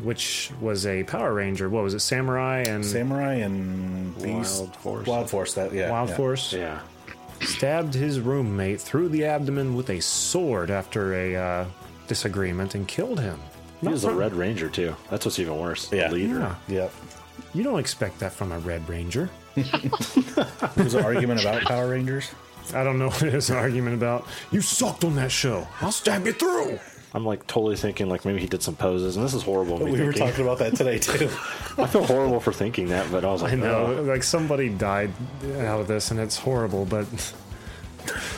S1: which was a Power Ranger. What was it? Samurai and
S6: Samurai and Beast.
S4: Wild Force.
S6: Wild Force. That yeah.
S1: Wild
S6: yeah.
S1: Force
S4: Yeah.
S1: stabbed his roommate through the abdomen with a sword after a uh, disagreement and killed him.
S4: He was a Red Ranger, too. That's what's even worse.
S6: Yeah.
S4: The leader.
S1: Yeah.
S6: Yep.
S1: You don't expect that from a Red Ranger.
S6: It was an argument about Power Rangers.
S1: I don't know what it is an argument about. You sucked on that show. I'll stab you through.
S4: I'm like totally thinking like maybe he did some poses, and this is horrible. of me
S6: We were
S4: thinking.
S6: talking about that today too.
S4: I feel horrible for thinking that, but I was like,
S1: I know,
S4: "Oh."
S1: like somebody died out of this, and it's horrible. But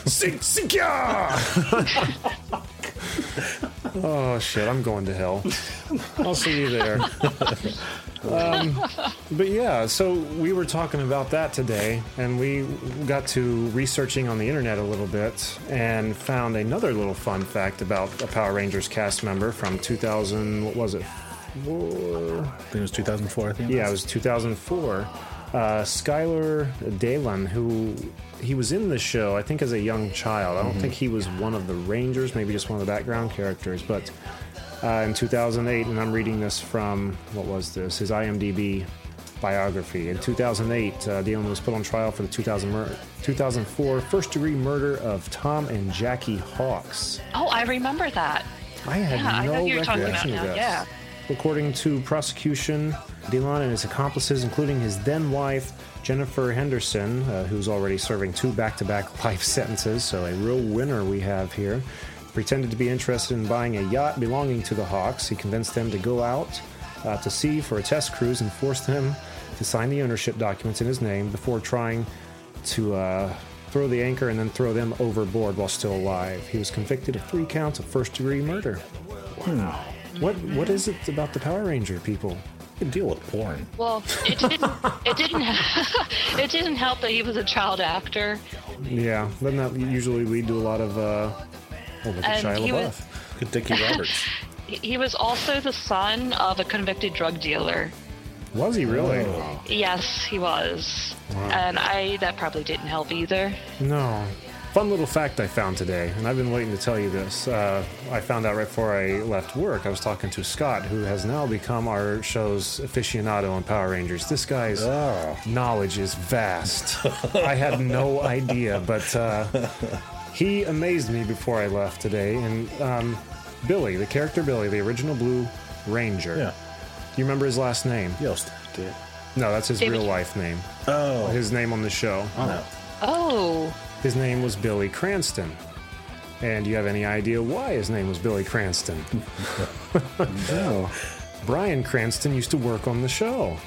S1: Sink- sink ya! oh shit, I'm going to hell. I'll see you there. um, but yeah, so we were talking about that today, and we got to researching on the internet a little bit and found another little fun fact about a Power Rangers cast member from 2000. What was it?
S6: I think it was 2004. I think.
S1: Yeah, it was 2004. Uh, Skylar Dalen, who he was in the show, I think, as a young child. I don't think he was one of the Rangers, maybe just one of the background characters. But uh, in 2008, and I'm reading this from what was this? His IMDb biography. In 2008, uh, Dalen was put on trial for the 2000 mur- 2004 first degree murder of Tom and Jackie Hawks.
S5: Oh, I remember that.
S1: I had
S5: Yeah, I
S1: no
S5: know who you're talking
S1: recollection
S5: about
S1: of this.
S5: now, yeah.
S1: According to prosecution, Delon and his accomplices, including his then wife Jennifer Henderson, uh, who's already serving two back-to-back life sentences, so a real winner we have here, pretended to be interested in buying a yacht belonging to the Hawks. He convinced them to go out uh, to sea for a test cruise and forced them to sign the ownership documents in his name before trying to uh, throw the anchor and then throw them overboard while still alive. He was convicted of three counts of first degree murder. What what is it about the Power Ranger people?
S6: You can deal with porn.
S5: Well, it didn't it didn't it didn't help that he was a child actor.
S1: Yeah, doesn't that usually lead to a lot of uh well, look at
S5: And
S1: Shia
S5: he
S1: LaBeouf.
S5: was-
S6: Look at Dickie Roberts.
S5: He- He was also the son of a convicted drug dealer.
S1: Was he really?
S5: Yes, he was. And I that probably didn't help either.
S1: No. Fun little fact I found today, and I've been waiting to tell you this. Uh, I found out right before I left work. I was talking to Scott, who has now become our show's aficionado on Power Rangers. This guy's
S6: Oh.
S1: knowledge is vast. I had no idea, but uh, he amazed me before I left today. And um, Billy, the character Billy, the original Blue Ranger,
S6: Yeah.
S1: You remember his last name?
S6: Yost.
S4: Did-
S1: No, that's his
S5: David-
S1: real life name.
S6: Oh,
S1: His name on the show.
S6: no.
S5: Oh,
S1: His name was Billy Cranston. And do you have any idea why his name was Billy Cranston?
S6: No.
S1: Brian Cranston used to work on the show.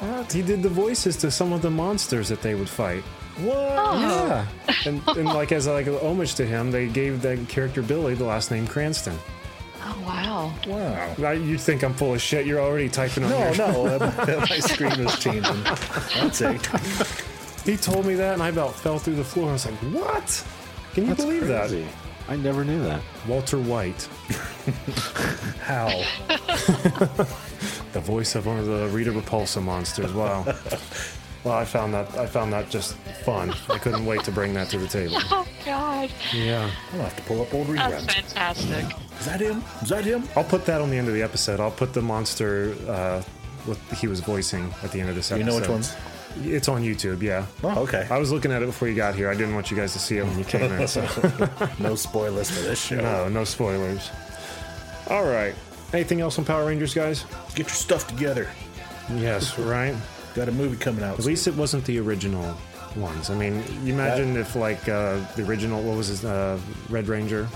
S1: What? He did the voices to some of the monsters that they would fight. What?
S6: Yeah.
S1: And, and like as like a homage to him, they gave that character Billy the last name Cranston.
S5: oh wow.
S6: Wow.
S1: Now you think I'm full of shit? You're already typing on
S6: No,
S1: your.
S6: no. uh, My screen was changing. That's it.
S1: He told me that, and I about fell through the floor. I was like, "What? Can you believe that?"
S4: Crazy. I never knew that.
S1: Walter White,
S6: How?
S1: the voice of one of the Rita Repulsa monsters. Wow. well, I found that I found that just fun. I couldn't wait to bring that to the table.
S5: Oh God,
S1: Yeah.
S6: I'll have to pull up old
S5: that's
S6: reruns.
S5: fantastic.
S6: Is that him? Is that him?
S1: I'll put that on the end of the episode. I'll put the monster uh, what he was voicing at the end of this
S6: You
S1: episode.
S6: know which ones?
S1: It's on YouTube. Yeah.
S6: Oh, okay.
S1: I was looking at it before you got here. I didn't want you guys to see it when you came in. So oh,
S6: No spoilers for this show.
S1: no, no spoilers. All right. Anything else on Power Rangers, guys?
S6: Get your stuff together.
S1: Yes, right.
S6: Got a movie coming out.
S1: At least it wasn't the original ones. I mean, you imagine if like uh, the original, what was his uh, Red Ranger?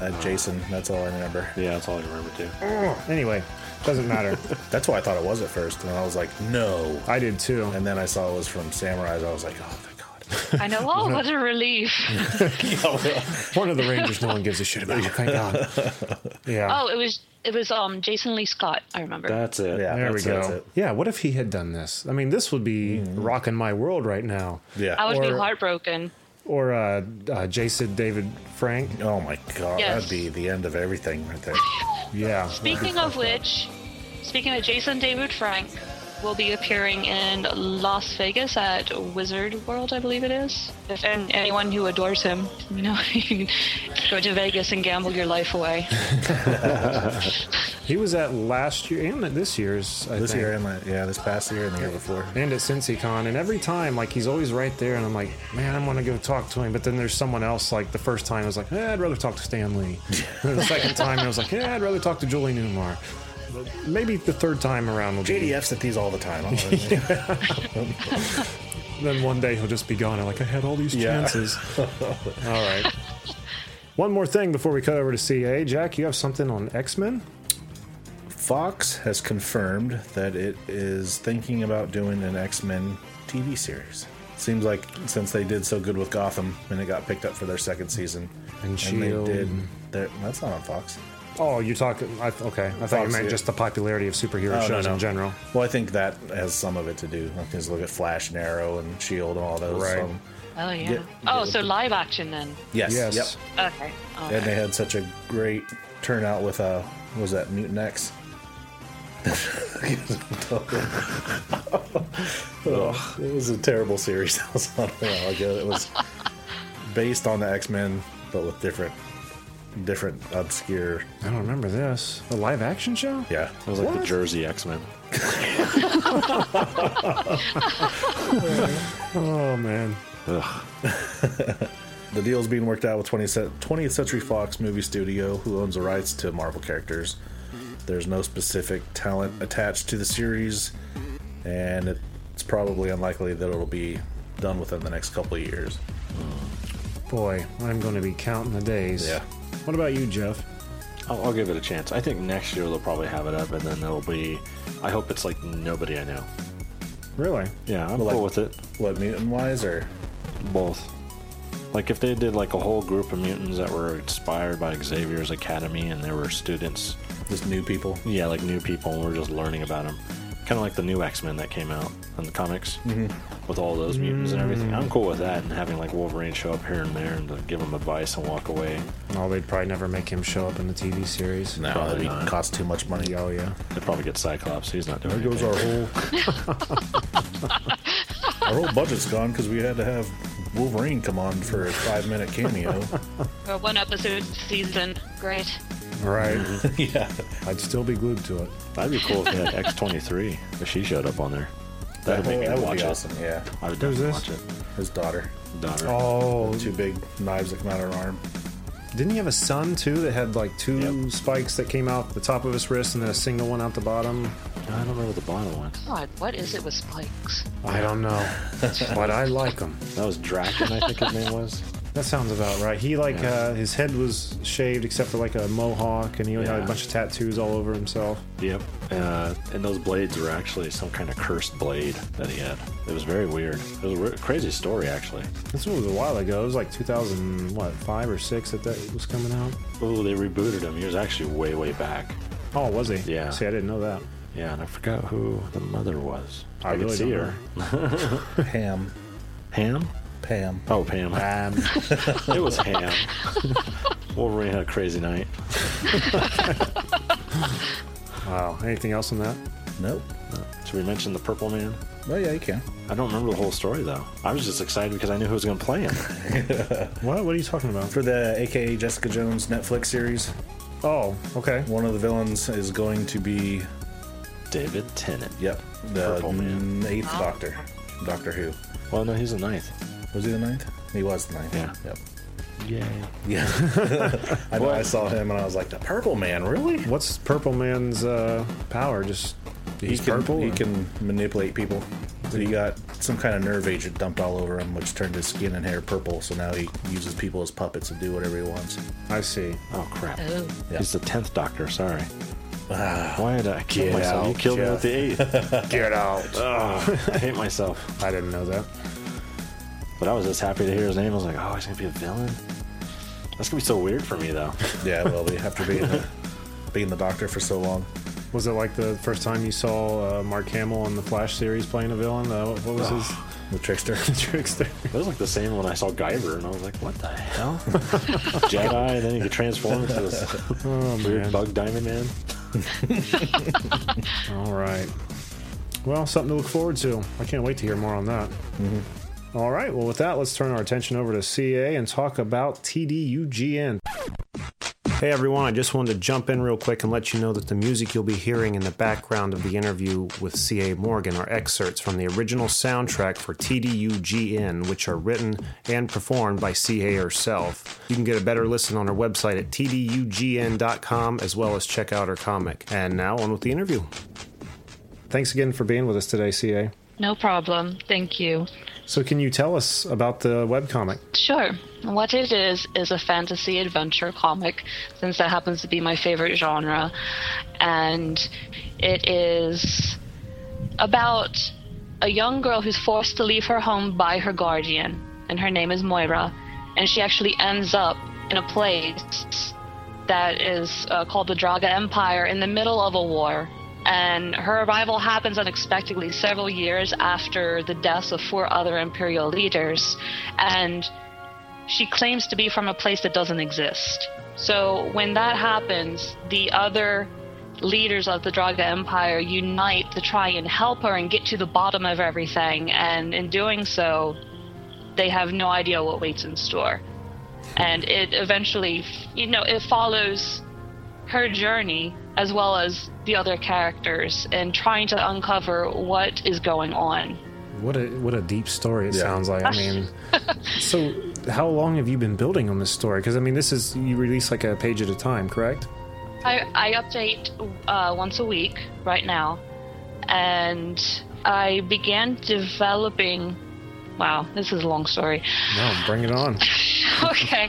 S6: Uh, Jason. That's all I remember.
S4: Yeah, that's all I remember too.
S1: Anyway, doesn't matter.
S6: That's what I thought it was at first, and I was like, no.
S1: I did too.
S6: And then I saw it was from Samurai's. I was like, oh, thank God.
S5: I know. Oh, what a relief.
S1: One of the Rangers no one gives a shit about. Thank God. Yeah.
S5: Oh, it was it was um Jason Lee Scott. I remember.
S4: That's it.
S6: Yeah,
S1: There we
S6: that's- that's
S1: go.
S6: it.
S1: Yeah, what if he had done this? I mean, this would be rocking my world right now.
S6: Yeah.
S5: I would be
S1: or-
S5: heartbroken.
S1: Or uh, uh, Jason David Frank.
S6: oh my God,
S5: Yes.
S6: that'd be the end of everything right there.
S1: Yeah.
S5: Speaking of which, speaking of Jason David Frank, will be appearing in Las Vegas at Wizard World, I believe it is. If and anyone who adores him, you know, you can go to Vegas and gamble your life away.
S1: He was at last year and at this year's. I
S6: This
S1: think.
S6: year and like, yeah, this past year and the year before.
S1: and at CincyCon, and every time, like he's always right there, and I'm like, man, I want to go talk to him. But then there's someone else. Like the first time, I was like, eh, I'd rather talk to Stan Lee. And the second time, I was like, yeah, I'd rather talk to Julie Newmar. But Maybe the third time around will be.
S6: JDF's at these all the time.
S1: Then one day he'll just be gone. I'm like, I had all these
S6: Yeah.
S1: chances. all right. One more thing before we cut over to CA. Jack, you have something on X Men?
S6: Fox has confirmed that it is thinking about doing an X Men TV series. Seems like since they did so good with Gotham and it got picked up for their second season,
S1: And
S6: they
S1: S.H.I.E.L.D..
S6: did. that- That's not on Fox.
S1: Oh, you're talking. I, okay. I thought you
S6: Fox,
S1: meant
S6: yeah.
S1: just the popularity of superhero
S6: Oh, no,
S1: shows
S6: no.
S1: in general.
S6: Well, I think that has some of it to do. Like, just look at Flash and Arrow and Shield E and all those.
S1: Right.
S6: so-
S5: Oh yeah.
S6: Get-
S5: oh, so live action then.
S6: yes.
S1: Yes.
S6: Yep.
S5: Okay. All
S6: And they
S5: right.
S6: had such a great turnout with uh, what was that Mutant X? Ugh, it was a terrible series that was on a while ago. It was based on the X Men, but with different, different obscure.
S1: I don't remember this. A live action show?
S6: Yeah,
S4: It was like the Jersey X Men.
S1: Oh, man.
S6: the deal's being worked out with 20 cent- 20th Century Fox Movie Studio, who owns the rights to Marvel characters. There's no specific talent attached to the series, and it's probably unlikely that it'll be done within the next couple of years.
S1: Boy, I'm going to be counting the days.
S6: Yeah.
S1: What about you, Jeff?
S4: I'll, I'll give it a chance. I think next year they'll probably have it up, and then it'll be. I hope it's like nobody I know.
S1: Really?
S4: Yeah, I'm
S6: Well,
S4: cool
S6: like-
S4: with it.
S6: What mutant wise or
S4: Both. Like if they did like a whole group of mutants that were inspired by Xavier's Academy, and there were students,
S6: just new people?
S4: yeah, like new people, and we're just learning about them. Kind of like the new X Men that came out in the comics with all those mutants and everything. I'm cool with that, and having like Wolverine show up here and there and like, give them advice and walk away.
S1: Oh, they'd probably never make him show up in the TV series.
S6: No,
S4: Probably
S6: that'd be,
S4: not.
S6: cost too much money.
S1: Oh, yeah.
S4: They probably get Cyclops. He's not doing
S6: There
S4: it.
S6: goes our whole our whole budget's gone because we had to have Wolverine come on for a five minute cameo.
S5: For one episode season. Great.
S1: Right.
S6: yeah,
S1: I'd still be glued to it.
S4: That'd be cool if they had X23 if she showed up on there. That'd make me
S6: that would
S4: watch
S6: be
S4: it.
S6: awesome. Yeah,
S4: I would
S1: Who's
S4: definitely
S1: this?
S4: watch it.
S6: his daughter,
S4: Daughter.
S1: Oh,
S6: two big knives that come out of her arm.
S1: Didn't he have a son too that had like two spikes that came out the top of his wrist and then a single one out the bottom? I
S4: I don't remember the bottom one.
S5: God, what is it with spikes?
S1: I don't know, but I like him.
S4: That was Draken, I think his name was.
S1: That sounds about right. He like uh, his head was shaved except for like a mohawk, and he had
S4: Yeah.
S1: a bunch of tattoos all over himself.
S4: Yep. Uh, and those blades were actually some kind of cursed blade that he had. It was very weird. It was a re- crazy story, actually.
S1: This one was a while ago. It was like 2000 what five or six that that was coming out.
S4: Oh, they rebooted him. He was actually way, way back.
S1: Oh, was he?
S4: Yeah.
S1: See, I didn't know that.
S4: Yeah, and I forgot who the mother was.
S1: I
S4: could
S1: really
S4: see
S1: don't
S4: her.
S6: Pam.
S4: Ham?
S6: Pam.
S4: Oh, Pam.
S6: Pam.
S4: it was Ham. Wolverine had a crazy night.
S1: Wow. Anything else on that?
S6: Nope.
S4: Should we mention the Purple Man?
S6: Oh, yeah, you can.
S4: I don't remember the whole story, though. I was just excited because I knew who was going to play him.
S1: What? What are you talking about?
S6: For the AKA Jessica Jones Netflix series,
S1: Oh, okay.
S6: one of the villains is going to be,
S4: David Tennant.
S6: yep, the
S4: Purple Man.
S6: eighth Doctor. Doctor Who.
S4: Well, no, he's the ninth.
S6: Was he the ninth? He was the ninth.
S4: Yeah.
S6: Yep.
S4: Yeah.
S6: Yeah. I know. I saw him and I was like, the Purple Man, really?
S1: What's Purple Man's uh, power? Just he's
S6: he can,
S1: purple.
S6: He
S1: or-
S6: can manipulate people. So he got some kind of nerve agent dumped all over him, which turned his skin and hair purple. So now he uses people as puppets to do whatever he wants.
S1: I see.
S4: Oh, crap.
S5: Oh,
S6: Yeah.
S4: He's the tenth Doctor. Sorry. Why did I kill
S6: Get
S4: myself? you
S6: out,
S4: killed me with the eighth.
S1: Get out.
S4: I hate myself.
S1: I didn't know that.
S4: But I was just happy to hear his name. I was like, oh, he's gonna be a villain. That's gonna be so weird for me, though.
S6: Yeah, well, we have to be the, being the doctor for so long.
S1: Was it like the first time you saw uh, Mark Hamill on the Flash series playing a villain? Uh, what what was his
S6: The trickster.
S1: trickster?
S4: It was like the same when I saw Guyver, and I was like, what the hell? Jedi, and then he could transform into this weird bug diamond Oh, man.
S1: All right. Well, something to look forward to. I can't wait to hear more on that. All right. Well, with that, let's turn our attention over to CA and talk about TDUGN. Hey everyone, I just wanted to jump in real quick and let you know that the music you'll be hearing in the background of the interview with C.A. Morgan are excerpts from the original soundtrack for TDUGN, which are written and performed by C.A. herself. You can get a better listen on her website at tdugn.com as well as check out her comic. And now on with the interview. Thanks again for being with us today, C.A.
S5: no problem. Thank you.
S1: So, can you tell us about the webcomic?
S5: Sure. What it is is a fantasy adventure comic, since that happens to be my favorite genre. And it is about a young girl who's forced to leave her home by her guardian, and her name is Moira. And she actually ends up in a place that is uh, called the Draga Empire in the middle of a war. And her arrival happens unexpectedly several years after the deaths of four other imperial leaders. And she claims to be from a place that doesn't exist. So when that happens, the other leaders of the Draga Empire unite to try and help her and get to the bottom of everything. And in doing so, they have no idea what waits in store. And it eventually, you know, it follows her journey as well as the other characters and trying to uncover what is going on.
S1: What a what a deep story it sounds like. I mean, so how long have you been building on this story? Because I mean, this is you release like a page at a time, correct?
S5: I, I update uh, once a week right now, and I began developing. Wow, this is a long story.
S1: No, bring it on.
S5: okay,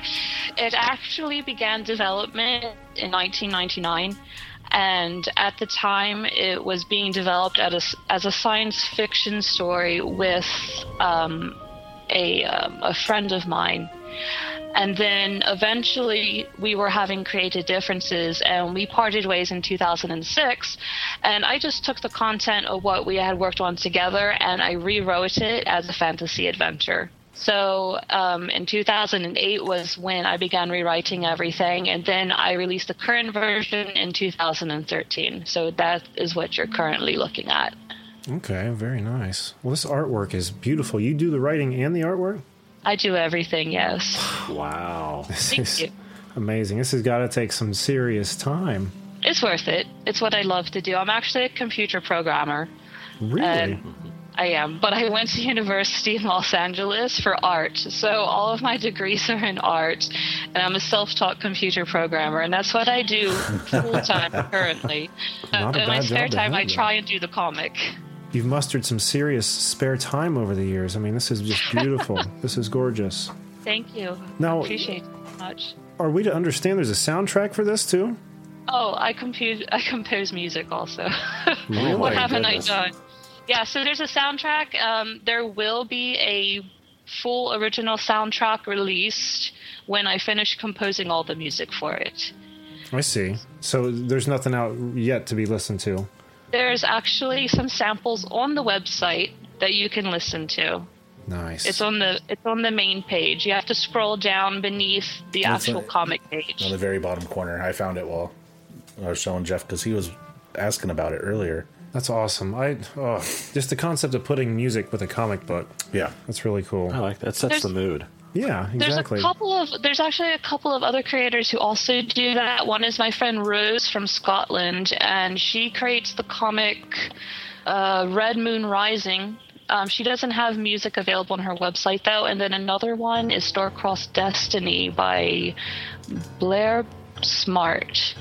S5: it actually began development in 1999, and at the time it was being developed at a s as a science fiction story with um, a, um, a friend of mine. And then eventually we were having creative differences and we parted ways in 2006. And I just took the content of what we had worked on together and I rewrote it as a fantasy adventure. So um, in 2008 was when I began rewriting everything. And then I released the current version in 2013. So that is what you're currently looking at.
S1: Okay, very nice. Well, this artwork is beautiful. You do the writing and the artwork.
S5: I do everything, yes.
S4: Wow.
S1: This
S5: Thank
S1: is
S5: you.
S1: amazing. This has got to take some serious time.
S5: It's worth it. It's what I love to do. I'm actually a computer programmer.
S1: Really?
S5: And I am, but I went to university in Los Angeles for art. So all of my degrees are in art, and I'm a self-taught computer programmer, and that's what I do full time currently. Uh,
S1: Not a
S5: in my
S1: bad
S5: spare
S1: job to
S5: time,
S1: have,
S5: I
S1: though.
S5: try and do the comic.
S1: You've mustered some serious spare time over the years. I mean, this is just beautiful. this is gorgeous.
S5: Thank you.
S1: Now-
S5: appreciate it so much.
S1: Are we to understand there's a soundtrack for this too?
S5: Oh, I compute. I compose music also.
S1: Really?
S5: what haven't
S6: Goodness.
S5: I done? Yeah, so there's a soundtrack. Um, there will be a full original soundtrack released when I finish composing all the music for it.
S1: I see. So there's nothing out yet to be listened to.
S5: There's actually some samples on the website that you can listen to.
S1: Nice.
S5: It's on the it's on the main page. You have to scroll down beneath the
S6: That's
S5: actual
S6: right.
S5: comic page.
S6: on the very bottom corner. I found it while I was showing Jeff because he was asking about it earlier.
S1: That's awesome. I oh, just the concept of putting music with a comic book.
S6: Yeah,
S1: That's really cool.
S4: I like that. Sets
S5: There's-
S4: the mood.
S1: yeah,
S5: There's
S1: exactly.
S5: a couple of there's actually a couple of other creators who also do that. One is my friend Rose from Scotland, and she creates the comic uh, Red Moon Rising. Um, she doesn't have music available on her website though. And then another one is Starcrossed Destiny by Blair Smart,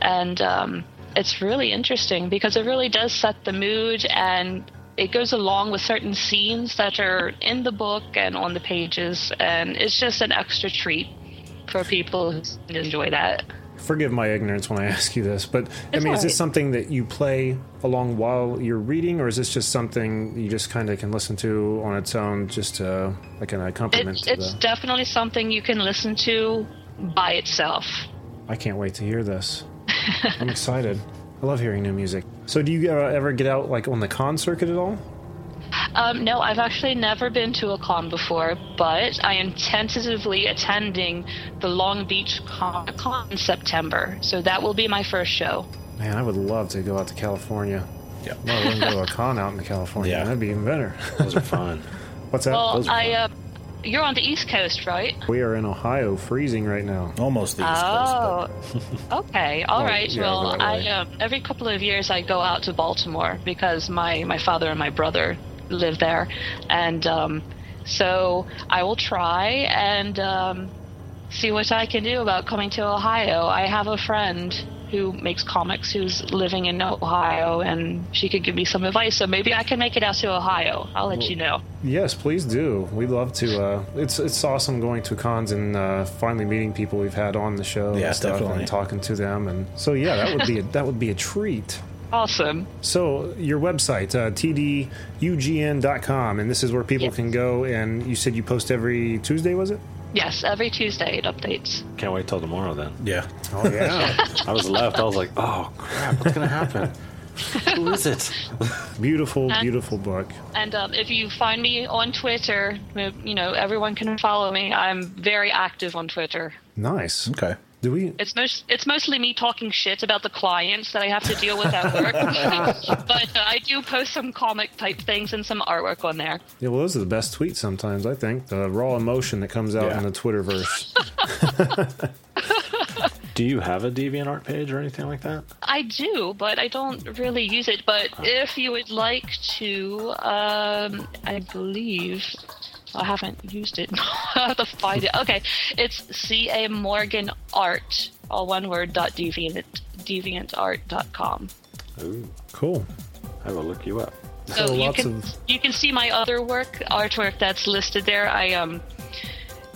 S5: and um, it's really interesting because it really does set the mood and it goes along with certain scenes that are in the book and on the pages, and it's just an extra treat for people who enjoy that.
S1: Forgive my ignorance when I ask you this, but I
S5: It's
S1: mean, is this
S5: alright.
S1: something that you play along while you're reading, or is this just something you just kind of can listen to on its own, just uh, like an accompaniment
S5: It's
S1: to
S5: it's
S1: the?
S5: definitely something you can listen to by itself.
S1: I can't wait to hear this. I'm excited. I love hearing new music. So, do you uh, ever get out like on the con circuit at all?
S5: Um, no, I've actually never been to a con before, but I am tentatively attending the Long Beach Comic Con in September, so that will be my first show.
S1: Man, I would love to go out to California.
S6: Yeah.
S1: Well, we can go to a con out in California.
S6: Yeah.
S1: That'd be even better.
S4: Those are fun.
S1: What's that?
S5: Well, I uh, you're on the East Coast, right?
S1: we are in Ohio, freezing right now.
S6: almost the East
S5: Oh,
S6: Coast.
S5: okay. All
S1: Well,
S5: right.
S1: yeah,
S5: well,
S1: that
S5: I
S1: way.
S5: um, every couple of years I go out to Baltimore because my my father and my brother live there, and um, so I will try and um, see what I can do about coming to Ohio. I have a friend who makes comics who's living in Ohio, and she could give me some advice. So maybe I can make it out to Ohio. I'll let you know.
S1: Yes, please do. We'd love to. Uh, it's it's awesome going to cons and uh, finally meeting people we've had on the show.
S6: Yeah,
S1: and stuff
S6: definitely.
S1: And talking to them, and so yeah, that would be a, that would be a treat.
S5: Awesome.
S1: So your website, uh, tdugn.com, and this is where people
S5: Yes.
S1: can go. And you said you post every Tuesday, was it?
S5: Yes, every Tuesday it updates.
S4: Can't wait till tomorrow then.
S6: But yeah,
S1: Oh yeah,
S4: I was left. I was like, oh crap, what's gonna happen? Who is it?
S1: beautiful, beautiful book.
S5: And um, if you find me on Twitter, uh, you know, everyone can follow me. I'm very active on Twitter.
S1: Nice.
S6: okay.
S1: Do we?
S5: It's most, it's mostly me talking shit about the clients that I have to deal with at work. but uh, I do post some comic type things and some artwork on there.
S1: Yeah, well, those are the best tweets sometimes. I think the raw emotion that comes out
S6: Yeah.
S1: in the Twitterverse.
S4: Do you have a DeviantArt page or anything like that?
S5: I do, but I don't really use it. But if you would like to, um, I believe I haven't used it. I have to find it. Okay, it's C A Morgan Art, all one word. Dot deviant deviantart.com.
S4: Ooh,
S1: cool.
S4: I will look you up.
S5: So
S1: So
S5: you
S1: lots
S5: can
S1: of-
S5: you can see my other work artwork that's listed there. I um.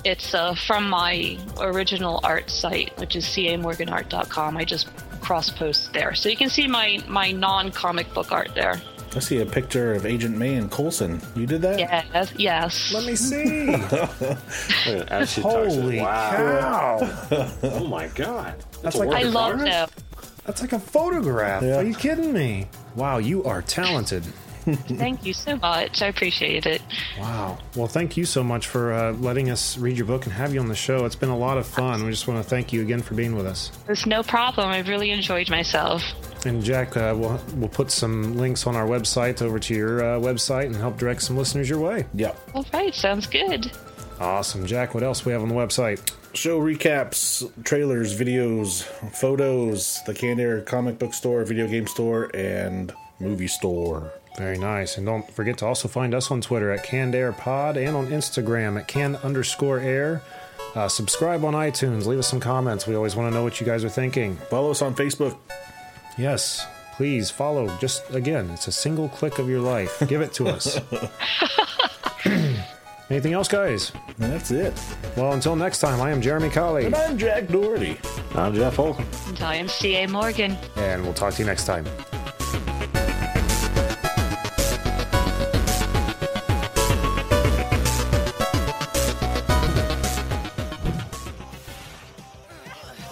S5: It's uh, from my original art site, which is camorganart.com. I just cross post there. So you can see my, my non comic book art there.
S6: I see a picture of Agent May and Colson. You did that?
S5: Yes, yes.
S1: Let me see.
S4: Look at it, as she talks,
S1: Holy
S4: wow!
S1: cow!
S4: Oh my god,
S1: That's
S4: a
S1: like-
S4: work
S5: I
S4: of
S5: love
S4: art?
S5: them.
S1: That's like a photograph.
S6: Yeah.
S1: Are you kidding me? Wow, you are talented.
S5: Thank you so much. I appreciate it.
S1: Wow. Well, thank you so much for uh, letting us read your book and have you on the show. It's been a lot of fun. We just want to thank you again for being with us.
S5: It's no problem. I've really enjoyed myself.
S1: And Jack, uh, we'll we'll put some links on our website over to your uh, website and help direct some listeners your way.
S6: Yep.
S5: All right, sounds good.
S1: Awesome, Jack. What else we have on the website?
S6: Show recaps, trailers, videos, photos, the Candy Air comic book store, video game store, and movie store.
S1: Very nice. And don't forget to also find us on Twitter at Canned Air Pod and on Instagram at Can underscore air. Uh, subscribe on iTunes. Leave us some comments. We always want to know what you guys are thinking.
S3: Follow us on Facebook.
S1: Yes, please follow. Just again, it's a single click of your life. Give it to us. Anything else, guys?
S3: That's it.
S1: Well, until next time, I am Jeremy Colley,
S3: And I'm Jack Doherty.
S4: I'm Jeff Holcomb.
S5: Italian C.A. Morgan.
S1: and we'll talk to you next time.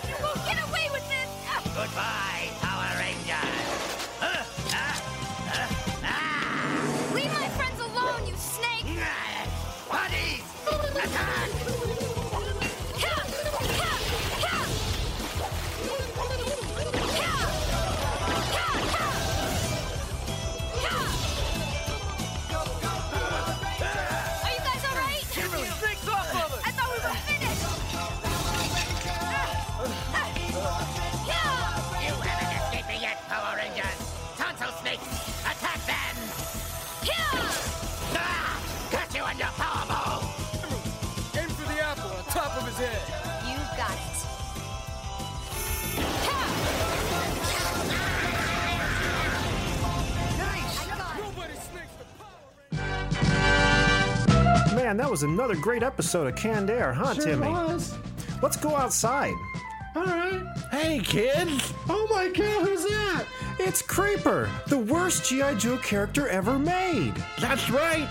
S7: You won't get away with this!
S10: Goodbye, Power Rangers!
S7: Leave my friends alone, you snake!
S10: Bodies! Attack!
S7: Ha! Ha! Ha! Ha! Ha! Ha! Are you guys alright? I thought we were finished! Yeah!
S10: You haven't escaped me yet, Power Rangers! Tonto snakes! Attack them!
S7: Yeah!
S10: Ah! Cut you on your power ball!
S11: Aim for the apple on top of his head.
S7: You got it.
S11: Nobody snakes the power.
S1: Man, that was another great episode of Canned Air, huh, Timmy? Let's go outside. All right.
S3: Hey, kids.
S1: Oh my god, who's that? It's Creeper, the worst G.I. Joe character ever made.
S3: That's right.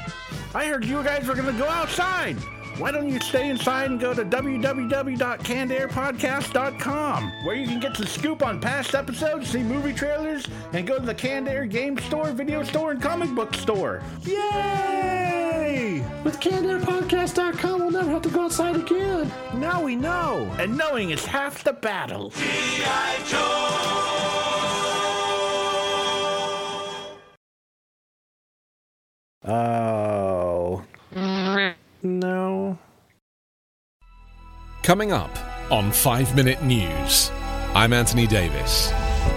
S3: I heard you guys were going to go outside. Why don't you stay inside and go to www.candairpodcast.com, where you can get the scoop on past episodes, see movie trailers, and go to the Canned Air game store, video store, and comic book store.
S1: Yay! With CannedAirPodcast.com, we'll never have to go outside again. Now we know.
S3: And knowing is half the battle. Oh.
S1: No.
S12: Coming up on 5 Minute News, I'm Anthony Davis.